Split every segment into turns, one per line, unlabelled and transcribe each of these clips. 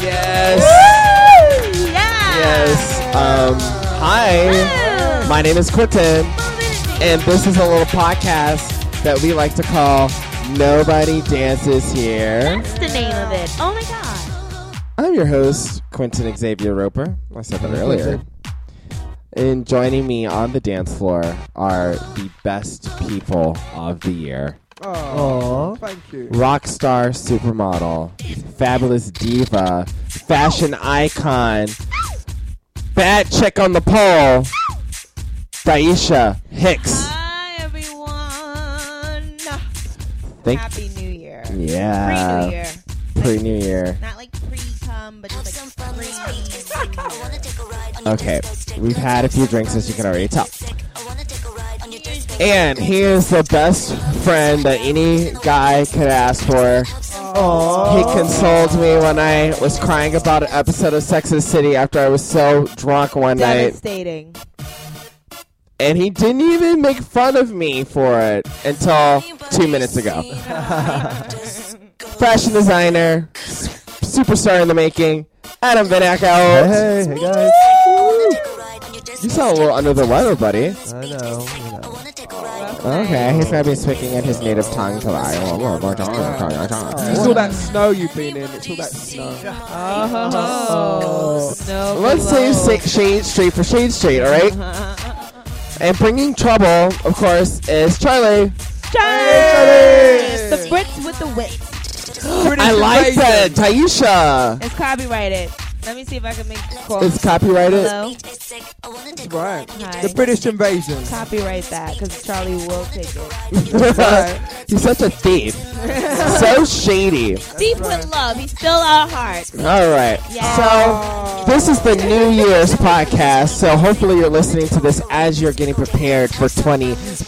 Yes.
Yeah.
Yes. Um, hi. My name is Quentin, and this is a little podcast that we like to call Nobody Dances Here.
That's the name of it. Oh my god.
I'm your host, Quentin Xavier Roper. I said that earlier. And joining me on the dance floor are the best people of the year.
Oh, thank you.
rock star supermodel, fabulous diva, fashion icon, bad chick on the pole, Daisha Hicks.
Hi everyone.
Thank
Happy New Year. Pre New
yeah,
Year.
pre New Year.
Not like pre cum, but just like pre.
Okay, we've had a few drinks as you can already tell. And he is the best friend that any guy could ask for. He consoled me when I was crying about an episode of Sex and the City after I was so drunk one night.
Devastating.
and he didn't even make fun of me for it until two minutes ago. Fashion designer, s- superstar in the making, Adam Van Eyck out.
Hey, hey guys.
You sound a little under the weather, buddy.
I know. you know.
Okay, he's gonna be speaking in his native tongue tonight.
It's all that snow you've been in. It's all that snow. Uh-huh.
Oh, no.
Let's save Sa- Shade Street for Shade Street, alright? And bringing trouble, of course, is Charlie.
Mm.
The Brits with the wit.
I like that, Taisha.
It's copyrighted. Let me see if I can make
It's
quotes.
copyrighted.
Hello.
Right.
Hi.
The British invasion.
Copyright that because Charlie will take it.
He's such a thief. so shady.
Deep with love. He's still our heart.
All right. So, this is the New Year's podcast. So, hopefully, you're listening to this as you're getting prepared for 2013. It's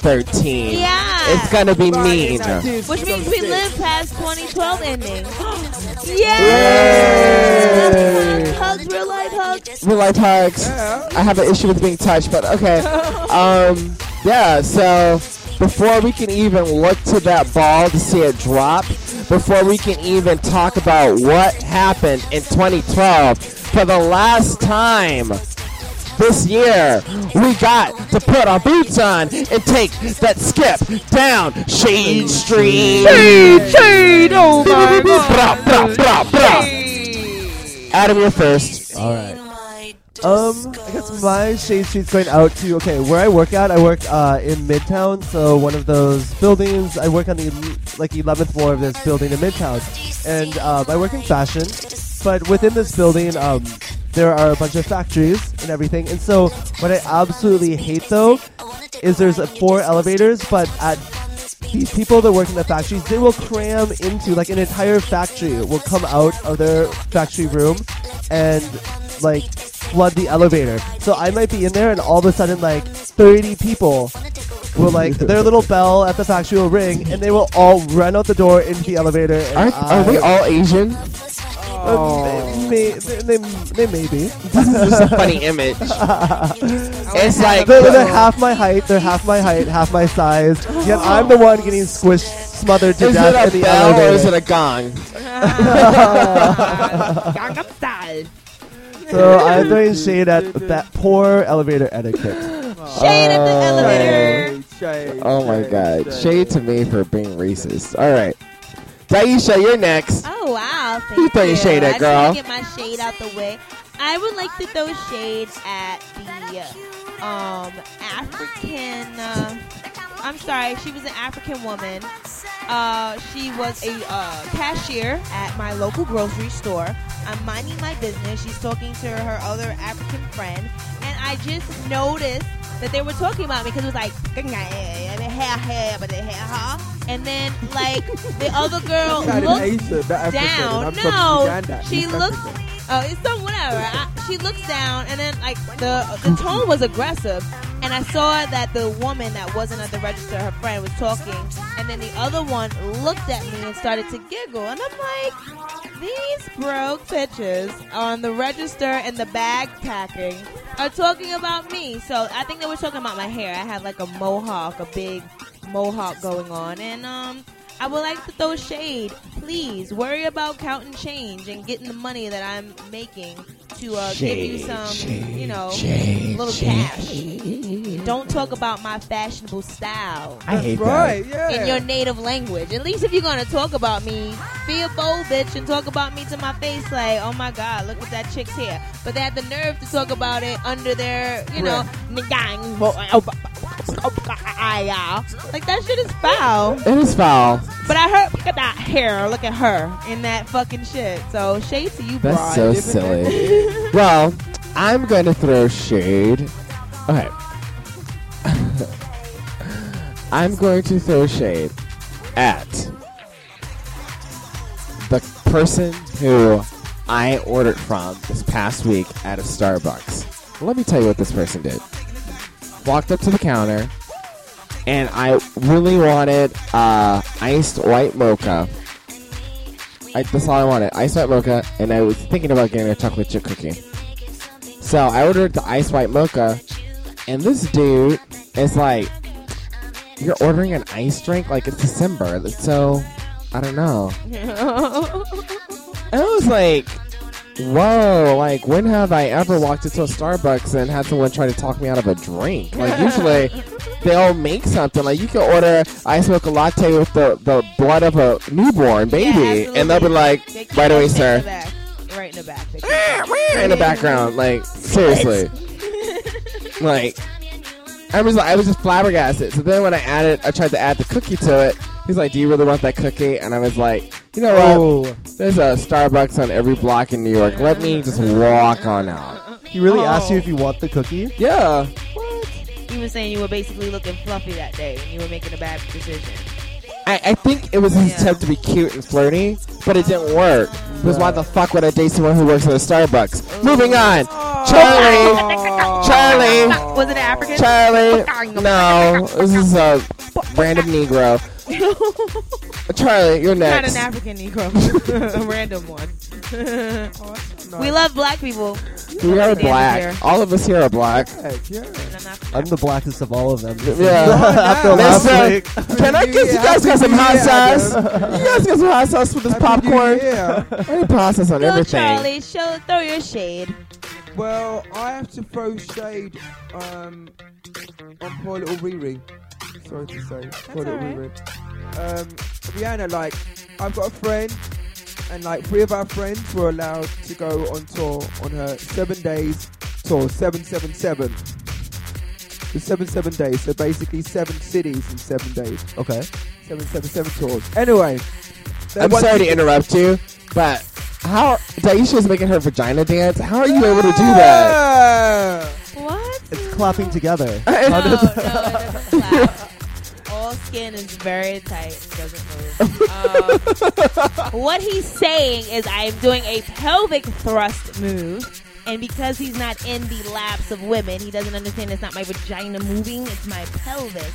Yeah.
going to be mean.
Which means we live past 2012 ending.
Yay!
Yay! Hugs, real life hugs.
Real life hugs. I have an issue with being touched, but okay. Um, yeah, so before we can even look to that ball to see it drop, before we can even talk about what happened in 2012, for the last time this year, we got to put our boots on and take that skip down Shade Street. Shade, shade, oh my Adam, you're first.
All right. Um, I guess my shade sheet's going out to okay. Where I work at, I work uh, in Midtown, so one of those buildings. I work on the like eleventh floor of this building in Midtown, and um, I work in fashion. But within this building, um, there are a bunch of factories and everything. And so, what I absolutely hate though is there's uh, four elevators, but at these people that work in the factories, they will cram into like an entire factory will come out of their factory room and like flood the elevator. So I might be in there and all of a sudden like 30 people will like their little bell at the factory will ring and they will all run out the door into the elevator. And
Are,
I,
are we all Asian?
Oh.
uh, may, they, they, they may be.
It's a funny image. it's like
They're, they're half my height. They're half my height, half my size. Yet I'm the one getting squished, smothered to
is
death
it a
in the
bell
elevator.
or is it a gong?
Gangnam Style.
So I'm throwing shade at that poor elevator etiquette.
Shade at the elevator.
Oh my god. Shade to me for being racist. All right. Daisha, you're next.
Oh wow! Thank
You throw your
you.
shade at,
I
girl.
Just wanna get my shade out the way. I would like to throw shade at the um African. Uh, I'm sorry, she was an African woman. Uh, she was a uh, cashier at my local grocery store. I'm minding my business. She's talking to her other African friend, and I just noticed that they were talking about me because it was like, and then like the other girl looked down. No, she looks. Oh, it's some whatever. I, she looks down, and then like the the tone was aggressive, and I saw that the woman that wasn't at the register, her friend, was talking, and then the other one looked at me and started to giggle, and I'm like, these broke bitches on the register and the bag packing are talking about me. So I think they were talking about my hair. I had like a mohawk, a big mohawk going on, and um. I would like to throw shade. Please worry about counting change and getting the money that I'm making to uh, give you some, you know, little cash. Don't talk about my fashionable style
I hate
Right, yeah.
in your native language. At least if you're gonna talk about me, be a bold bitch and talk about me to my face, like, oh my god, look at that chick's hair. But they had the nerve to talk about it under their, you know, "Ngang, bo- oh, ba- oh, ba- ah, yeah." like that shit is foul.
It is foul.
But I heard look at that hair, look at her in that fucking shit. So shade to you, bro.
That's so silly. well, I'm going to throw shade. Okay. I'm going to throw shade at the person who I ordered from this past week at a Starbucks. Let me tell you what this person did. Walked up to the counter, and I really wanted uh, iced white mocha. I, that's all I wanted. Ice white mocha, and I was thinking about getting a chocolate chip cookie. So I ordered the ice white mocha, and this dude is like, "You're ordering an ice drink? Like it's December, that's so I don't know." And I was like, "Whoa! Like when have I ever walked into a Starbucks and had someone try to talk me out of a drink? Like usually." They'll make something like you can order ice mocha latte with the, the blood of a newborn baby, and they'll be like,
They
"By the way,
kick us in
sir,
the back. Right in the back. They
in the background. Like seriously, like I was I was just flabbergasted. So then when I added, I tried to add the cookie to it. He's like, "Do you really want that cookie?" And I was like, "You know what?
Oh,
There's a Starbucks on every block in New York. Let me just walk on out."
he really asked
Oh.
you if you want the cookie.
Yeah,
kick- You were saying you were basically looking fluffy that day and you were making a bad decision.
I, I think it was his
Yeah.
attempt to be cute and flirty, but it didn't work. Because why the fuck would I date someone who works at a Starbucks? Moving on, Charlie. Charlie.
Was it African?
Charlie, no, this is a random Negro. Charlie, you're
Not
next.
an African Negro. a random one. we love black people.
We are
Stand
black.
here.
All of us here are black.
I'm the blackest of all of them.
Yeah.
After last
Listen,
week.
Can I get you guys got some hot sauce? You guys got some hot sauce with this popcorn?
Yeah.
I need process on
Go,
everything.
Charlie. Show, throw your shade.
Well, I have to throw shade um, on poor little Riri. Sorry to say, poor little
alright.
Riri. Um, Rihanna, like, I've got a friend, and like three of our friends were allowed to go on tour on her seven days tour, seven seven seven. The seven seven days, so basically seven cities in seven days,
Okay.
seven seven seven tours. Anyway, they
I'm
want
sorry
to-
to interrupt you, but how Daisha's making her vagina dance? How are you able to do that?
Yeah.
What?
It's clapping together.
No, no, it doesn't clap. All skin is very tight. It doesn't move. Um, what he's saying is I am doing a pelvic thrust move. And because he's not in the laps of women, he doesn't understand it's not my vagina moving, it's my pelvis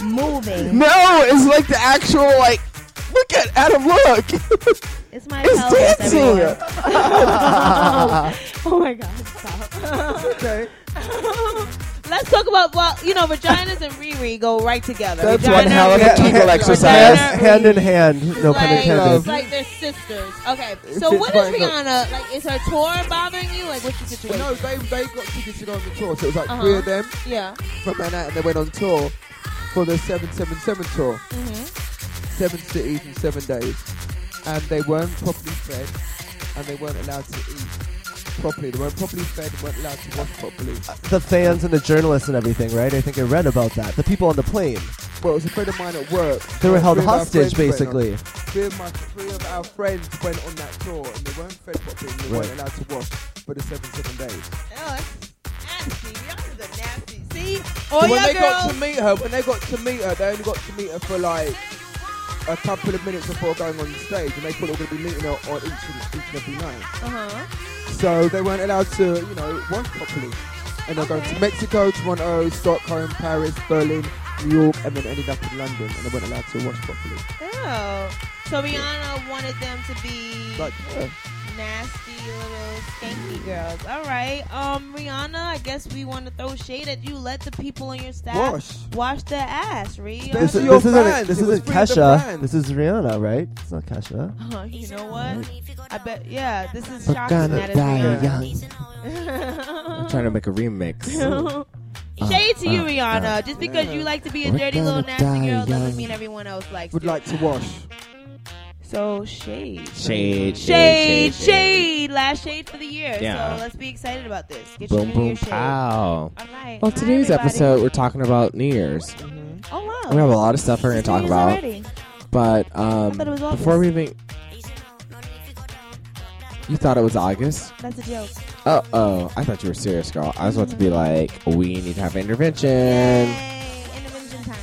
moving.
No, it's like the actual like. Look at Adam. Look.
It's my
It's
pelvis.
dancing.
everyone. oh my god, stop.
Okay.
Let's talk about well, you know, vaginas and Riri go right together.
That's
Vagina,
one hell of a
Riri.
Kegel
Vagina,
exercise.
hand in hand. No
like,
pun
It's
intended.
like they're sisters. Okay, so
It's
what is
fine, but-
Rihanna like? Is her tour bothering you? Like, what's the situation?
No, they, they got tickets to go on the tour, so it was like
Uh-huh.
three of them.
Yeah.
from Manhattan. They went on tour for the 777 tour,
Mm-hmm.
seven cities in seven days, and they weren't properly fed, and they weren't allowed to eat properly. They weren't properly fed, weren't allowed to wash properly.
The fans and the journalists and everything, right? I think I read about that. The people on the plane.
Well, it was a friend of mine at work.
They were held
Three of our
hostage,
friends went on-
basically.
Three of, my, three of our friends went on that tour, and they weren't fed properly, and they
Right.
weren't allowed to wash for the 777 days.
Oh, that's nasty. Rihanna's a nasty. See,
So
all
when
your
they got
girls.
to meet her, when they got to meet her, they only got to meet her for like a couple of minutes before going on stage, and they thought they were going to be meeting her on each and, each and every night.
uh-huh.
So they weren't allowed to, you know, work properly. And they're going to Mexico, Toronto, Stockholm, Paris, Berlin, New York, and then ended up in London, and they weren't allowed to watch properly.
Oh. So Rihanna wanted them to be
Like, yeah.
nasty little skanky girls. All right, um, Rihanna, I guess we want to throw shade at you. Let the people on your staff
Wash.
wash their ass, Rihanna.
This is
this
your
isn't,
fans.
this
It was
isn't
free to the
Kesha.
fans.
This is Rihanna, right? It's not Kesha.
Uh, you know what? I bet. Yeah, this is
We're
shocking.
gonna
That
die
it's
young. I'm
Rihanna.
trying to make a remix.
Shade to you,
Uh, uh,
Rihanna. Just because you like to be a
We're
dirty little
gonna
nasty
die
girl
young.
doesn't mean everyone else likes
Would
you.
like to wash.
So shade.
Shade, shade, shade,
Shade, shade, last shade for the year.
Yeah.
So let's be excited about this. Get
Boom,
your New
boom,
Year's shade.
pow.
All right.
Well,
Hi,
today's
everybody.
episode, we're talking about New Year's.
Oh wow.
We have a lot of stuff we're going
It's
to talk
New Year's
about.
already.
But um,
I thought it was
before we
August.
even. You thought it was August?
That's a joke.
Uh oh. I thought you were serious, girl. I was about to be like, we need to have an intervention.
Yay, intervention time.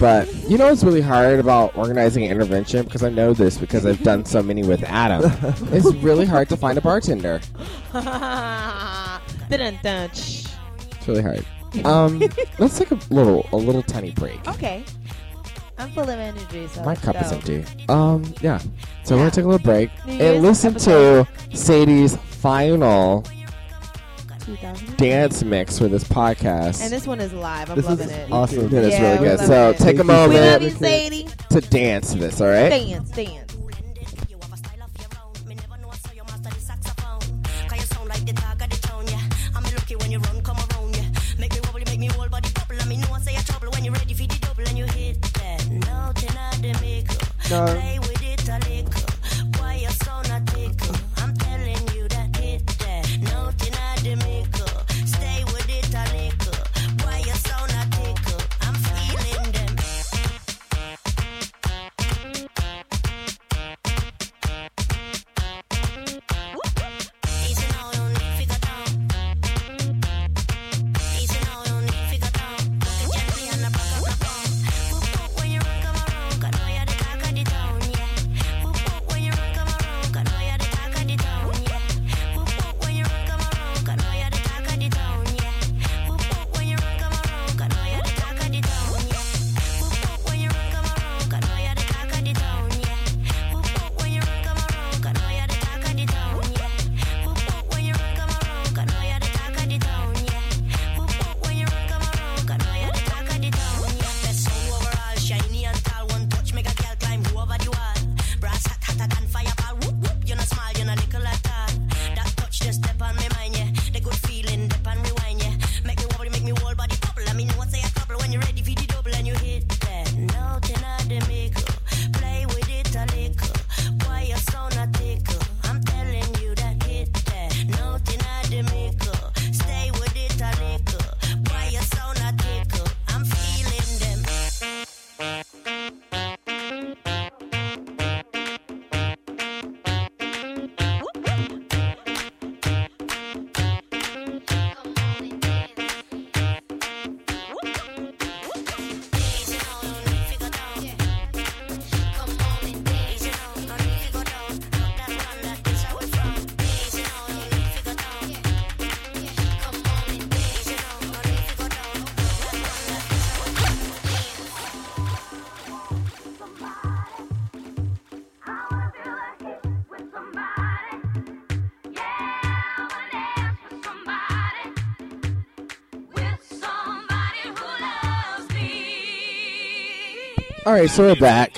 But you know what's really hard about organizing an intervention? Because I know this because I've done so many with Adam. it's really hard to find a bartender.
Dun, dun, shh.
It's really hard. Um, let's take a little, a little tiny break.
Okay. I'm full of energy. So
My
let's
cup
go.
is empty. Um, yeah. So we're gonna take a little break
New
and
Year's
listen to
episode.
Sadie's final
2000.
dance mix for this podcast.
And this one is live. I'm
This
loving
is
it.
awesome.
That is
Yeah,
really
we
good.
love
So
it.
take a
We love
We love
moment
you, Sadie.
to dance to this. All right.
Dance, dance.
No.
Play with it a little. Why you so not tickle? I'm telling you that it that. Nothing I did mickle. Stay with it a little. Why you so not tickle? I'm feeling them. Easy now, don't need figure down. Easy now, don't need figure down. Walking gently and a back of the bone. Whoop, whoop, when you run, come around, 'cause know you're the cock of the town, yeah. Whoop, whoop, when you run, come around, 'cause know you're the cock of the town, yeah. Whoop, whoop, when you run, come around, 'cause know you're the cock of the town, yeah. Whoop, whoop, when you run, come around, 'cause know you're the cock of the town, yeah. Whoop, whoop, when you run, come around, 'cause know you're the cock of the town, yeah. Whoop, whoop, when you run, come around, 'cause know you're the cock of the town, yeah. Whoop, whoop, when you run, come around, 'cause know you're the cock of the town, yeah. Whoop, whoop, when you run, come around, 'cause know you're the cock of the town, yeah. Best sound overall, shiny and tall, one touch make a girl climb over the wall. Brass hot, hotter than fireball. Whoop, whoop, you're not small, you're not little at all. That touch just step on my mind, yeah. The good feeling, dip and rewind, yeah. Make me wobble, make me whole body bubble. I mean, no one say a couple when you're ready for the double and you hit that. Nothing I did make up. Play with it a little. Why you so not tickle? I'm telling you that hit that. Nothing I did make up. Stay with it a little. Why you so not tickle? I'm feeling them. Easy now, no need fi go down. Easy now, no need fi go down. Drop that one, that is how we from. Easy now, no need fi go down. Easy now, no need fi go down. Drop that one, that is how we from.
All right, so we're back.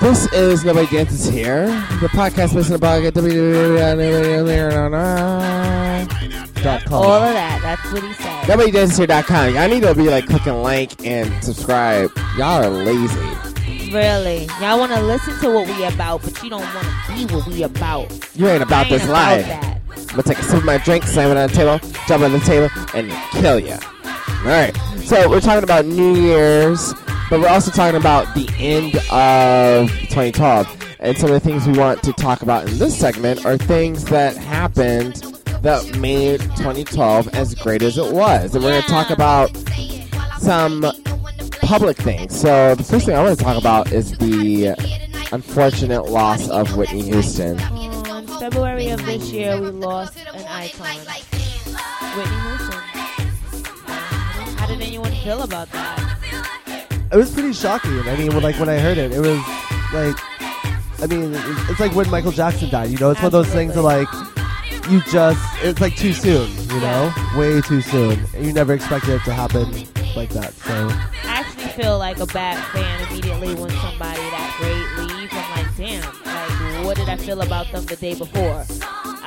This is Nobody Dances Here, the podcast based on the blog at
All
www.nobodydances.com.
of that. That's what he said.
NobodyDancesHere.com. I need to be like clicking like and subscribe. Y'all are lazy.
Really? Y'all want to listen to what we about, but you don't want to be what we about.
You ain't about
I ain't
this
about
life.
that.
I'm gonna take a sip of my drink, slam it on the table, jump on the table, and kill you. Alright, so we're talking about New Year's, but we're also talking about the end of 2012. And some of the things we want to talk about in this segment are things that happened that made 2012 as great as it was. And we're gonna talk about some public things. So the first thing I want to talk about is the unfortunate loss of Whitney Houston.
On Um, February of this year, we lost an icon, Whitney Houston. How did anyone feel about that?
It was pretty shocking. I mean, when- like when I heard it, it was like I mean, it's it's like when Michael Jackson died. You know, it's one of those things that like you just it's like too soon. You know, way too soon. And you never expected it to happen like that. So
I actually feel like a bad fan immediately when somebody that great leaves. I'm like, damn, like, what did I feel about them the day before?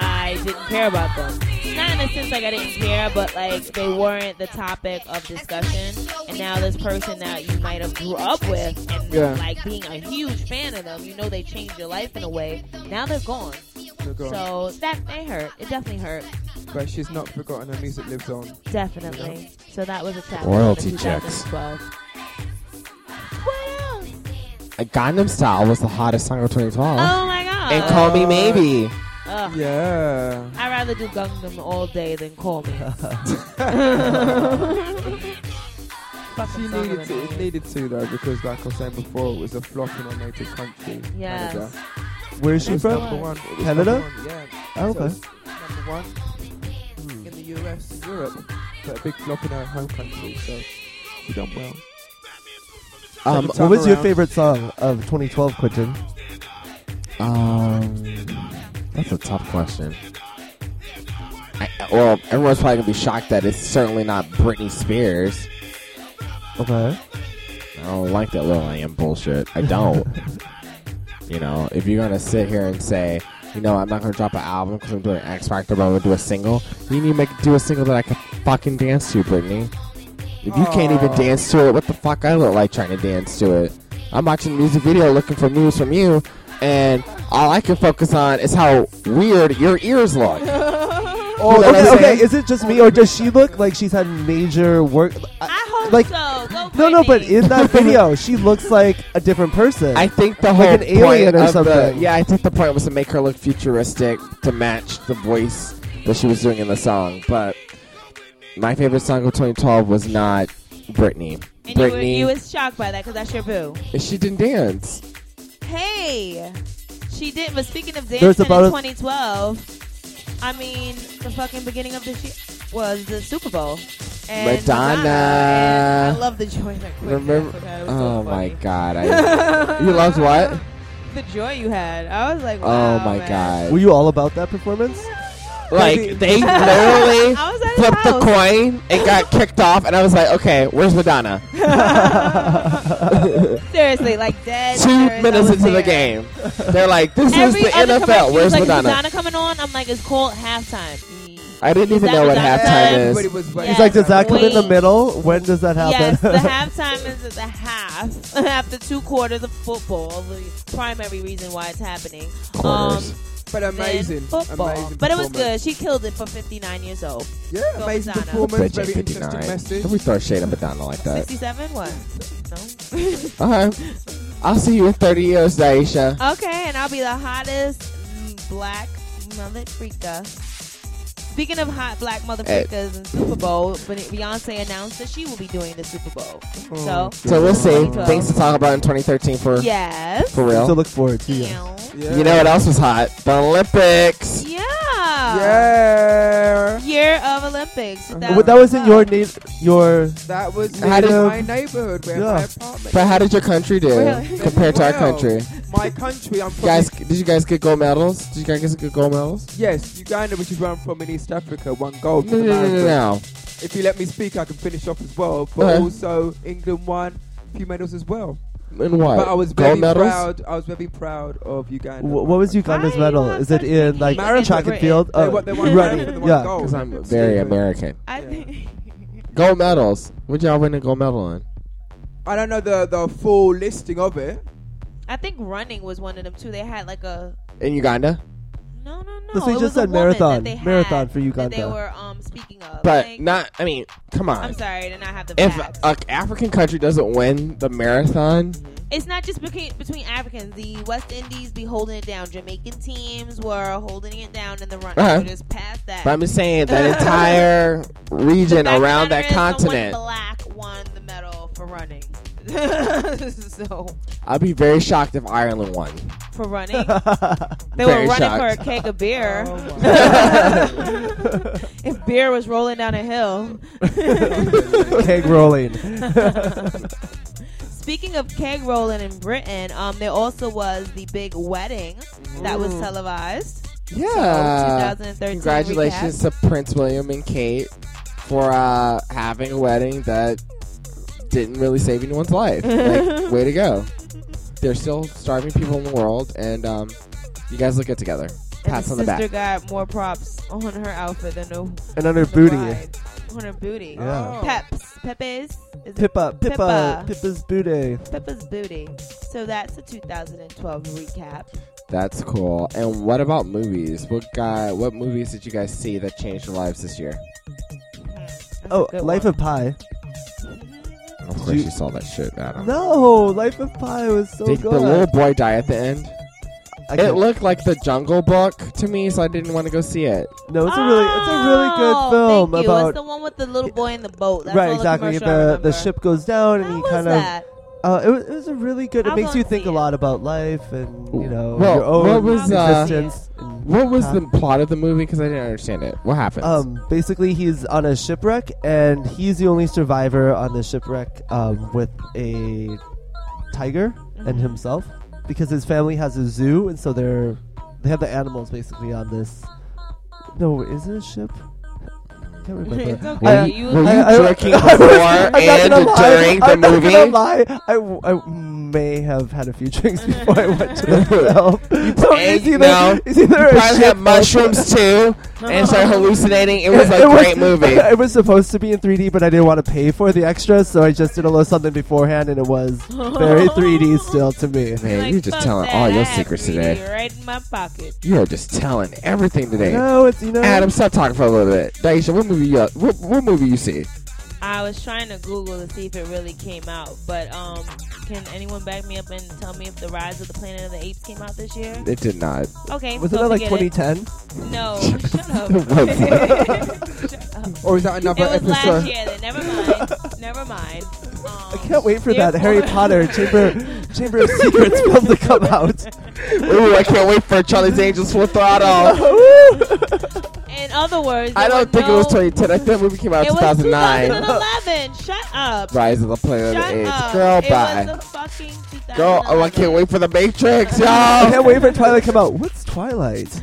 I didn't care about them. Not in a sense like I didn't care, but like they weren't the topic of discussion. And now this person that you might have grew up with and
Yeah.
like being a huge fan of them, you know they changed your life in a way. Now they're gone. So that they hurt. It definitely hurt.
but she's not forgotten. Her music lives on.
Definitely. So that was a chapter.
Royalty
in
checks.
2012. What else?
Uh, Gangnam Style was the hottest song of 2012.
Oh my god.
and Call Me Maybe.
Ugh.
Yeah.
I'd rather do Gangnam all day than call me.
She needed to. It needed to though, because like I was saying before, it was a flop in our native country.
Yes.
Canada.
where is
It
she
was
from?
number one. It was
Canada?
number one, Yeah.
Oh,
So
okay.
it's number one in the US and Europe, but a big flop in our home country. So she done well.
Um,
Second
What was your
around.
favorite song of 2012, Quentin?
Um, that's a tough question. I, well, everyone's probably gonna be shocked that it's certainly not Britney Spears.
Okay.
I don't like that little I am bullshit. I don't. you know, if you're gonna sit here and say, you know, I'm not gonna drop an album because I'm doing X Factor, but I'm gonna do a single, you need to make do a single that I can fucking dance to, Britney. If you can't even
Aw.
dance to it, what the fuck I look like trying to dance to it? I'm watching the music video looking for news from you, and all I can focus on is how weird your ears look.
Oh,
You know what
okay,
I'm
okay.
saying?
Is it just me, or does she look like she's had major work?
I hope
Like-
so. Go
No, no,
Britney.
but in that video, she looks like a different person.
I think the whole
Like an
point
alien or
of the-
something.
yeah, I think the point was to make her look futuristic to match the voice that she was doing in the song. But my favorite song of 2012 was not Britney.
And you, were,
Britney,
you was shocked by that because that's your boo.
she didn't dance.
Hey, she did. But speaking of dancing in
There's about a-
2012, I mean, the fucking beginning of this year was the Super Bowl. And
Madonna.
and I love the joy that Quentin
Remember?
had. It was so
oh my
funny.
god! I, you loved what?
The joy you had. I was like, wow,
Oh my
man.
god!
Were you all about that performance?
like they literally
I was at his
flipped the
house.
coin and got kicked off, and I was like, okay, where's Madonna?
Seriously, like dead.
Two
serious, I
minutes
was
into the
there.
game, they're like, this
Every
is the
other commercial
NFL. Where's
was like,
Madonna?
Is Madonna coming on? I'm like, it's called halftime.
I didn't even
Is
know
that
what
Madonna?
halftime is.
Everybody was waiting.
Yes.
It's like, does that come in the
Wait.
middle? When does that happen?
Yes, the halftime is at the half after two quarters of football. The primary reason why it's happening.
um,
Quarters.
But
then
amazing,
football.
amazing.
but it was
performance.
good. She killed it for 59 years old.
Yeah,
Go
amazing
Madonna.
performance.
Bitch
Very
ain't
interesting
59.
message.
Can we throw shade up and down like that?
67? What? No.
Alright. I'll see you in 30 years, Daisha.
Okay, and I'll be the hottest mm, black mother freaka. Speaking of hot black mother
Eh.
freakas in Super Bowl, Be- Beyonce announced that she will be doing the Super Bowl.
Mm.
So,
So we'll see.
Cool.
Things to talk about in 2013 for,
yes.
for
To
real.
look forward to. Mm. Yeah.
Yeah.
Yeah.
You know what else was hot? The Olympics.
Yeah.
Year of Olympics.
Uh-huh. But that was in your na- your.
That was
How
in
did-
my neighborhood where
Yeah.
my apartment.
But how did your country do
Really?
compared to our
Well,
country?
My country, I'm from.
Guys, did you guys get gold medals? Did you guys get good gold medals?
Yes, Uganda, which is where I'm from in East Africa, won gold. for
No,
the
no, no, no,
marathon.
no.
If you let me speak, I can finish off as well. But
Okay.
also, England won a few medals as well.
In what?
But I was very
gold medals?
proud. I was very proud of Uganda.
wh- What was Uganda's
I
medal?
want
Is it
such
in like
Marathon.
track and field?
They
Uh,
won, they won
running.
marathon, they won
Yeah.
gold.
Because I'm very
Stupid.
American.
I
Yeah.
think.
Gold medals. What'd y'all win a gold medal in?
I don't know the, the full listing of it.
I think running was one of them too. They had like a
In Uganda?
no, no, no.
That's
it
what you
was
just
a
said,
woman
marathon.
that they had
Marathon for
That they
Uganda.
were um speaking of,
But
Like,
not, I mean, come on.
I'm sorry, to not have the
if
facts.
an African country doesn't win the marathon,
it's not just between, between Africans. The West Indies be holding it down. Jamaican teams were holding it down in the running.
Uh-huh.
So just past that.
but I'm just saying that entire region
Fact of the
around
matter
that
is someone
continent,
Black won the medal for running. so
I'd be very shocked if Ireland won.
for running, they
Very
were running
shocked.
for a keg of beer.
Keg
if beer was rolling down a hill.
rolling.
Speaking of keg rolling in Britain, um, there also was the big wedding that was televised.
Yeah.
2013
Congratulations to Prince William and Kate for uh, having a wedding that didn't really save anyone's life. Like, way to go. There's still starving people in the world, and um, you guys look good together.
And
Pats
the
on the back.
sister got more props on her outfit than no
And under booty.
on her booty.
Yeah. Oh.
Peps, Pepe's, is it
Pippa, Pippa,
Pippa.
Pippa's booty.
Peppa's booty. So that's a 2012 recap.
That's cool. And what about movies? What guy? What movies did you guys see that changed your lives this year?
Oh, Life of Pi.
Of course, you,
You-
saw that shit, Adam.
No, Life of Pi was so
did
good.
the little boy die at the end?
I
It
can't-
looked like the Jungle Book to me, so I didn't want to go see it.
no, it's a really, it's a really good film
Oh, thank you.
about
it's the one with the little boy in the boat. That's
right,
all
exactly.
The, commercial I
The the
remember.
ship goes down, and
How
he
was
kind
that?
of. Uh, it was it was a really good. It
I'll
makes
go
you
and
think
see
a
it.
lot about life and you know
Well,
your own
what was, uh,
existence. and
What was
path.
the plot of the movie? Because I didn't understand it. What happened?
Um, basically, he's on a shipwreck, and he's the only survivor on the shipwreck um, with a tiger
Mm-hmm.
and himself, because his family has a zoo, and so they're they have the animals basically on this. No, is it a ship? Can't
It's
remember.
okay.
were
I-
you,
you-
were you
I- I-
drinking
I- I-
before
I'm not
and
gonna lie,
during
I'm not gonna
the
lie, I, w- I may have had a few drinks before I went to the film. So it's
ate-
either,
no.
it's either
movie?
a
Probably
ship
had
or-
mushrooms too, and started hallucinating. It was a great movie.
it was supposed to be in 3D, but I didn't want to pay for the extras, so I just did a little something beforehand, and it was very 3D still to me.
Man,
Like,
you're just
fuck
telling
that.
all
I
your
have
secrets
3D
today.
Right in my pocket.
You are just telling everything today.
No, it's you know.
Um,
Adam, stop talking for a little bit. Daisha, what movie you uh, what, what movie you see?
I was trying to Google to see if it really came out, but um, can anyone back me up and tell me if the Rise of the Planet of the Apes came out this year?
It did not.
Okay,
wasn't
so
that like
forget it.
2010?
No, shut up.
It was.
Shut up.
Or is that
It
another
was last
episode?
year. Then never mind. Never mind. Um,
I can't wait for that Harry
therefore-
Potter Chamber Chamber of Secrets film to come out.
Ooh, I can't wait for Charlie's Angels Full Throttle.
Oh In other words,
I
there
don't
were
think it was
no-
2010. I think that movie came out in
It was
2009.
2011. Shut up.
Rise of the Planet of
Shut
the Apes.
up.
Girl,
it
bye.
was the fucking 2011.
Girl, oh, I can't wait for the Matrix,
I can't
y'all.
wait for Twilight to come out. What's Twilight?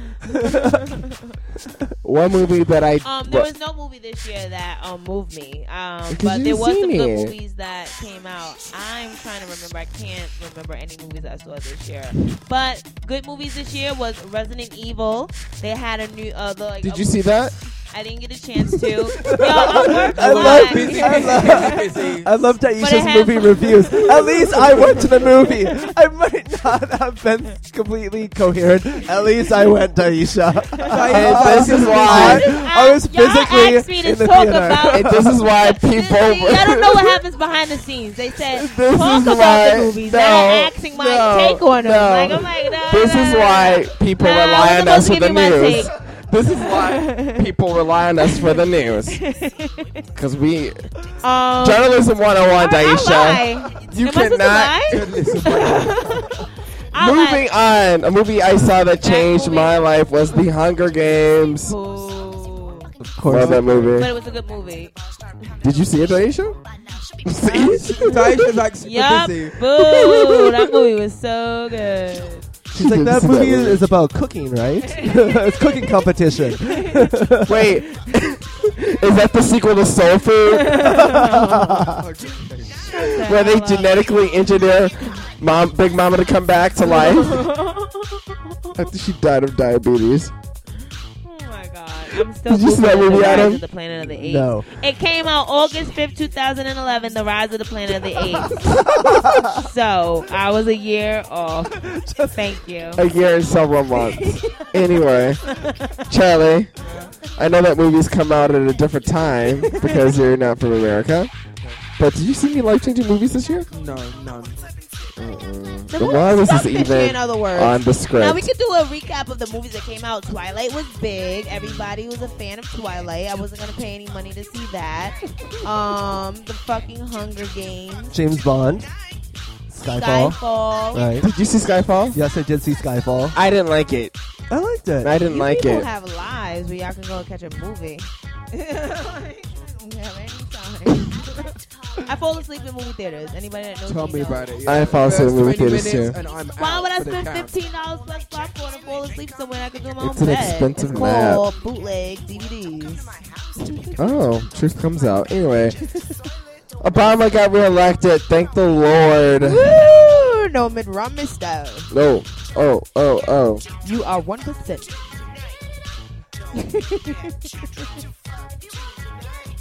One movie that I
Um, there
what-
was no movie this year that um moved me. Um,
Because
but
you
there was
seen
some good
it.
movies that came out. I'm trying to remember. I can't remember any movies I saw this year. But good movies this year was Resident Evil. They had a new. Uh, the, like,
did
a-
you see that?
I didn't get a chance to. Yo, I work a
I
lot.
love busy, I love, I love
But it
Taisha's
has-
movie reviews. At least I went to the movie. I might not have been completely coherent. At least I went, Taisha.
And this is why.
I was
Y'all
physically
asked me to
in the
talk
theater.
about.
And this is why
This-
people.
I don't know what happens behind the scenes. They said
This
talk
is
about
why-
the movies,
no,
not asking my
no,
take on them.
no.
Like I'm like, nah,
This is why people
Nah, I
rely on
wasn't
us for
supposed
the
to give you my
news. This is why people rely on us for the news. Because we.
nah. Um,
Journalism 101,
all right,
Daisha.
I'll lie.
You
Am I supposed to
cannot.
lie? I'll lie.
Moving on, a movie I saw that changed
movie-
my life was The Hunger Games.
Ooh.
Of
Love that
course.
But
movie.
it was a good movie.
Did you see it, Daisha? See?
Daisha's like super
Yup.
busy.
Boo. That movie was so good.
She's like,
didn't
that
see that
movie
movie.
is about cooking, right? it's cooking competition.
Wait, is that the sequel to Soul Food, where they genetically engineer mom, Big Mama to come back to life after she died of diabetes?
Oh my god. I'm still
Did you see that
Googling
movie,
the Rise
Adam?
of the Planet of the Apes.
No.
It came out August 5th, 2011, The Rise of the Planet of the Apes. so, I was a year off. Thank you.
A year and several months. Anyway, Charlie, I know that movie's come out at a different time because you're not from America. But did you see any life changing movies this year?
No, none.
The
Then
movie
why was
sucked
this
this year,
even
in other words.
on the
now we
script?
could do a recap of the movies that came out. Twilight was big. Everybody was a fan of Twilight. I wasn't gonna pay any money to see that. Um, the fucking Hunger Games,
James Bond. Skyfall.
Skyfall.
Right.
Did you see Skyfall?
Yes, I did see Skyfall.
I didn't like it.
I liked it.
I didn't
You
like
people
it.
have lives where y'all can go and catch a movie. Like, we don't have any time. I fall asleep in movie theaters. Anybody that knows
Tell me
knows.
about it.
I fall asleep in
First
movie
20
theaters,
minutes
too.
And I'm
Why
out
would I
for the
spend
count.
fifteen dollars plus popcorn and fall asleep somewhere I could do in my
It's
own
an
bed?
expensive
it's
nap.
called bootleg DVDs.
Oh, truth comes out. Anyway, Obama got reelected. Thank the Lord.
Woo! No mid rum style.
No. Oh, oh, oh.
You are one percent.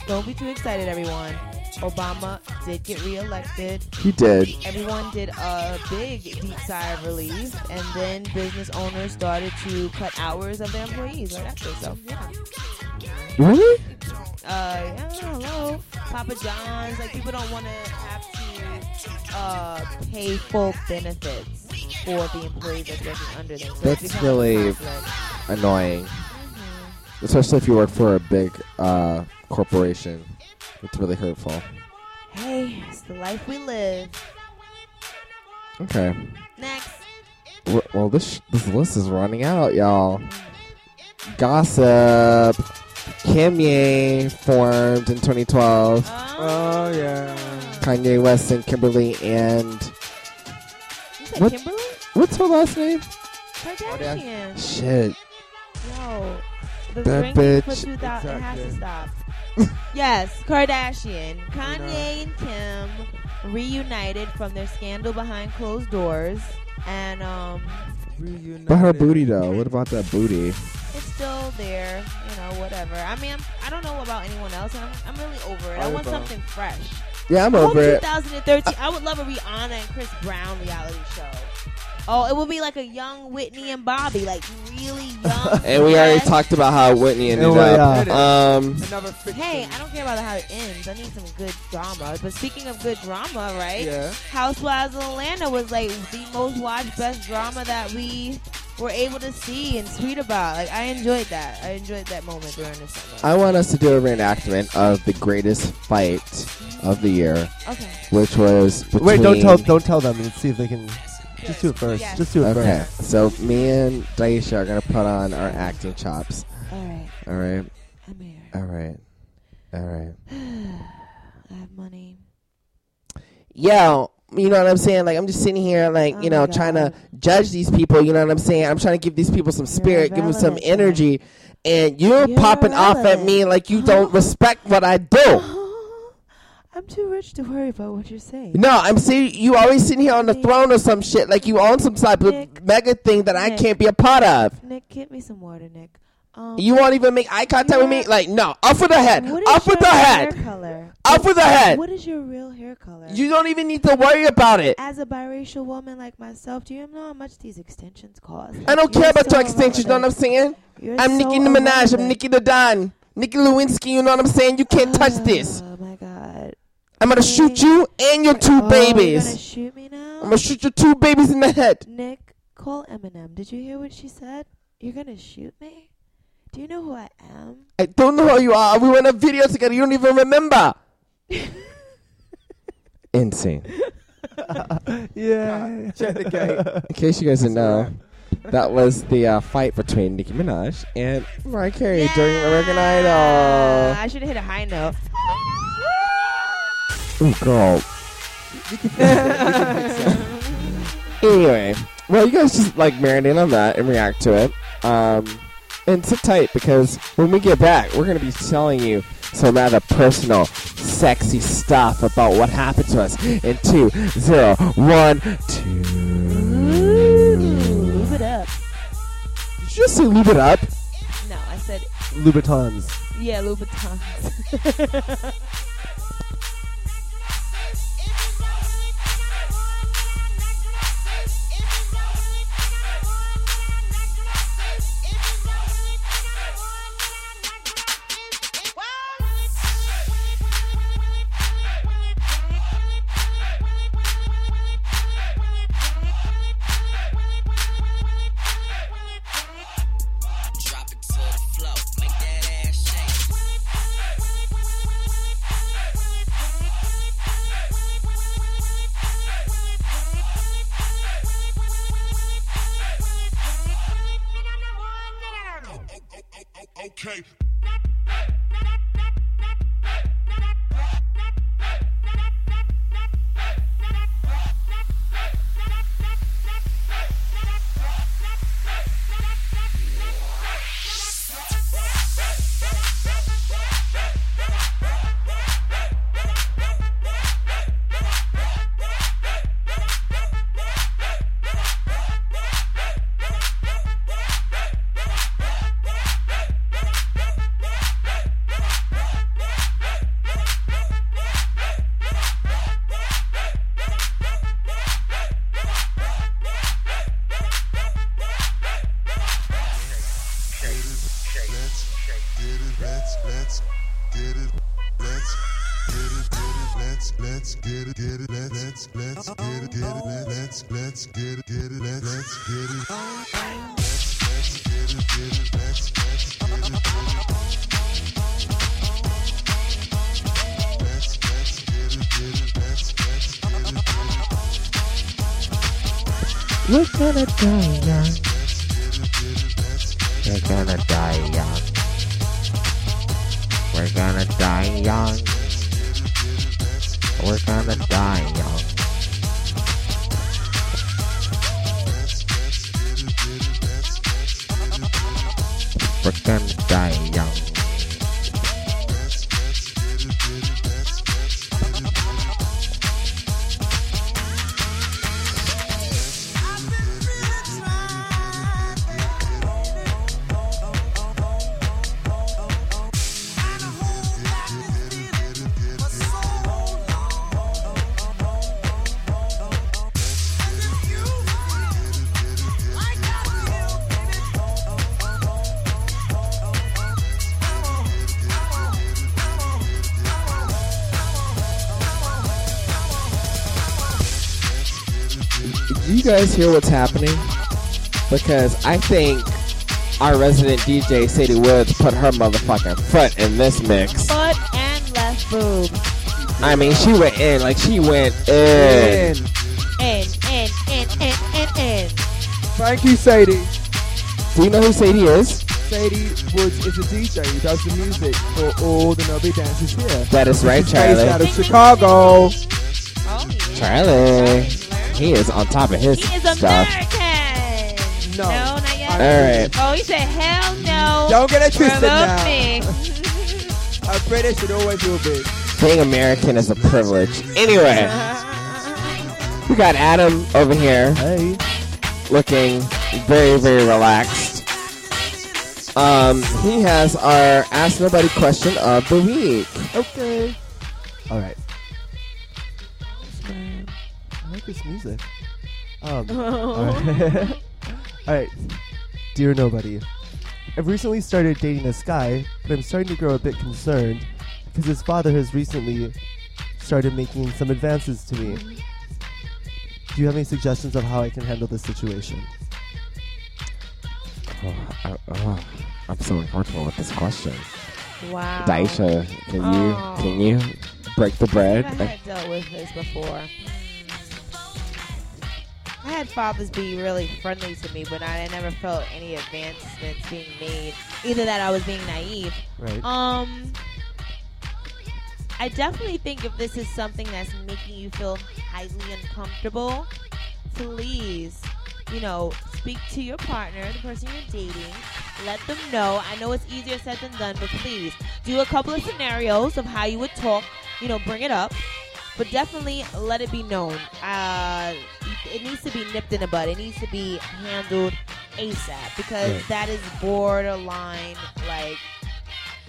Don't be too excited, everyone. Obama did get reelected.
He did.
Everyone did a big deep sigh of relief, and then business owners started to cut hours of their employees right after. So, yeah.
Really?
uh, yeah, hello, Papa John's. Like people don't want to have to uh, pay full benefits for the employees that's working under them. So
That's
it's become a
really-
conflict.
Annoying. Especially if you work for a big uh, corporation. It's really hurtful.
hey, it's the life we live.
Okay.
Next,
W- Well, this sh- this list is running out, y'all. Gossip. Kim Ye formed in 2012.
uh,
Oh, yeah.
Kanye West and Kimberly and
you said
what-
Kimberly
what's her last name? Oh,
Kardashian.
Shit.
Yo, the
That
ring bitch. for
bitch.
2000 it has to
Exactly.
stop. yes, Kardashian, Kanye, and Kim reunited from their scandal behind closed doors, and um,
Reunited.
But her booty though. What about that booty?
it's still there. You know, whatever. I mean, I'm, I don't know about anyone else, and I'm, I'm really over it. I want
Over.
something fresh.
Yeah, I'm
I hope
over it.
2013. I would love a Rihanna and Chris Brown reality show. Oh, it would be like a young Whitney and Bobby, like really young.
And we already
fresh.
talked about how Whitney ended
Oh,
up.
yeah.
Um,
Another fiction.
Hey, I don't care about how it ends. I need some good drama. But speaking of good drama, right?
Yeah.
Housewives of Atlanta was like the most watched, best drama that we were able to see and tweet about. Like I enjoyed that. I enjoyed that moment during the summer.
I want us to do a reenactment of the greatest fight of the year,
okay.
which was between.
Wait, don't tell, don't tell them. Let's see if they can. Just do it first.
Yes.
Just do it
Okay,
first.
so me and Daisha are gonna put on our acting chops.
All right.
All right,
I'm here.
all right, all right.
I have money.
yo, you know what I'm saying? Like, I'm just sitting here, like, you
Oh my
know, trying
God.
to judge these people. You know what I'm saying? I'm trying to give these people some spirit, give them some
irrelevant, man.
energy. And you're,
You're
popping off at
irrelevant.
me like you don't respect what I do.
I'm too rich to worry about what you're saying.
No, I'm saying you always sitting here on the
Nick.
throne or some shit, like you own some type
Nick.
of mega thing that I
Nick.
can't be a part of.
Nick, get me some water, Nick. Um,
You won't even make eye contact with me?
You're-
Like, no, off with the head,
what is
off with
your
the
hair
head,
color?
off with the head.
What is your real hair color?
You don't even need to worry about it.
as a biracial woman like myself, do you know how much these extensions cost?
I don't
You're
care about
so
your extensions, you know what I'm saying?
irrelevant. You're
I'm
so
Nicki Minaj. I'm
irrelevant.
Nicki the Don. Nicki Lewinsky. You know what I'm saying? You can't touch this.
Oh my god.
I'm gonna shoot you and your two
Oh, You're gonna
babies.
shoot me now?
I'm gonna shoot your two babies in the head.
Nick, call Eminem. Did you hear what she said? You're gonna shoot me? Do you know who I am?
I don't know who you are. We were in a video together. You don't even remember. Insane.
Yeah.
Check the gate.
In case you guys didn't know, that was the uh, fight between Nicki Minaj and Mariah Carey during American Idol.
I should have hit a high note.
Oh, girl. anyway, well, you guys just like marinate on that and react to it. Um, and sit tight because when we get back, we're going to be telling you some rather personal, sexy stuff about what happened to us in two, zero, one, two.
Move it up.
Did you just say lube it up?
No, I said,
Louboutins.
yeah, Louboutins.
Drop it to the floor, make that ass shake.
Okay.
Thank
Let's get it, let's, let's get it, let's get it, get it, let's, let's get it, get it, let's, let's, let's get it, get it, let's, let's get it, get it, let's, let's get it. Let's, let's get it, get it, let's, let's get it, get it. Let's, let's get it, get it, let's, let's get it, get it.
We're gonna die young. We're gonna die young. We're gonna die young. We're gonna die young. We're gonna die young. Do you guys hear what's happening? Because I think our resident DJ Sadie Woods put her motherfucking foot in this mix.
Foot and left boob.
I mean, she went in like she went in.
In, in, in, in, in, in.
Thank you, Sadie.
Do you know who Sadie is?
Sadie Woods is a DJ who does the music for all the Nobby dances here.
That is right,
She's based out
Charlie.
of Chicago.
Oh, yeah.
Charlie.
Charlie's
He is on top of his
He is
stuff.
American.
No.
not yet.
Alright.
Oh, he said, hell no.
Don't get it
We're
twisted now.
loving.
I'm British, it always will be.
Being American is a privilege. Anyway, we got Adam over here
Hey.
looking very, very relaxed. Um, he has our Ask Nobody question of the week.
Okay. All right. I like this music. Um, all right. all right. Dear nobody, I've recently started dating this guy, but I'm starting to grow a bit concerned because his father has recently started making some advances to me. Do you have any suggestions of how I can handle this situation?
Oh, I, oh, I'm so uncomfortable with this question.
Wow.
Daisha, can
Oh.
you can you break the bread?
I had dealt with this before. I had fathers be really friendly to me, but I never felt any advancements being made. Either that, or I was being naive.
Right.
Um, I definitely think if this is something that's making you feel highly uncomfortable, please, you know, speak to your partner, the person you're dating. Let them know. I know it's easier said than done, but please do a couple of scenarios of how you would talk. You know, bring it up, but definitely let it be known. Uh, it needs to be nipped in the bud. It needs to be handled ASAP because
Right.
that is borderline like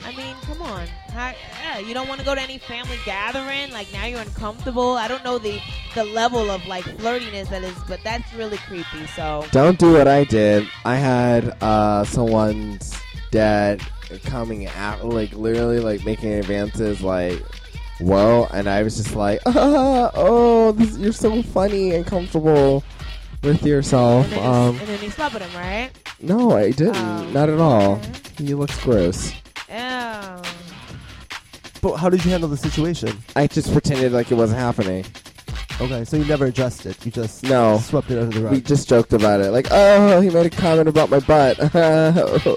I mean, come on. How, yeah, you don't want to go to any family gathering. Like now you're uncomfortable. I don't know the the level of like flirtiness that is, but that's really creepy. So
Don't do what I did. I had uh, someone's dad coming out, like literally, like making advances, like whoa, and I was just like, ah, oh, this, you're so funny and comfortable with yourself.
and then,
Um,
you, and then you slept with him, right?
no, I didn't.
Um,
Not at all.
okay.
He looks gross.
Yeah.
But how did you handle the situation?
I just pretended like it wasn't happening.
Okay, so you never addressed it. You just
No.
swept it under the rug.
We just joked about it. Like, oh, he made a comment about my butt. oh,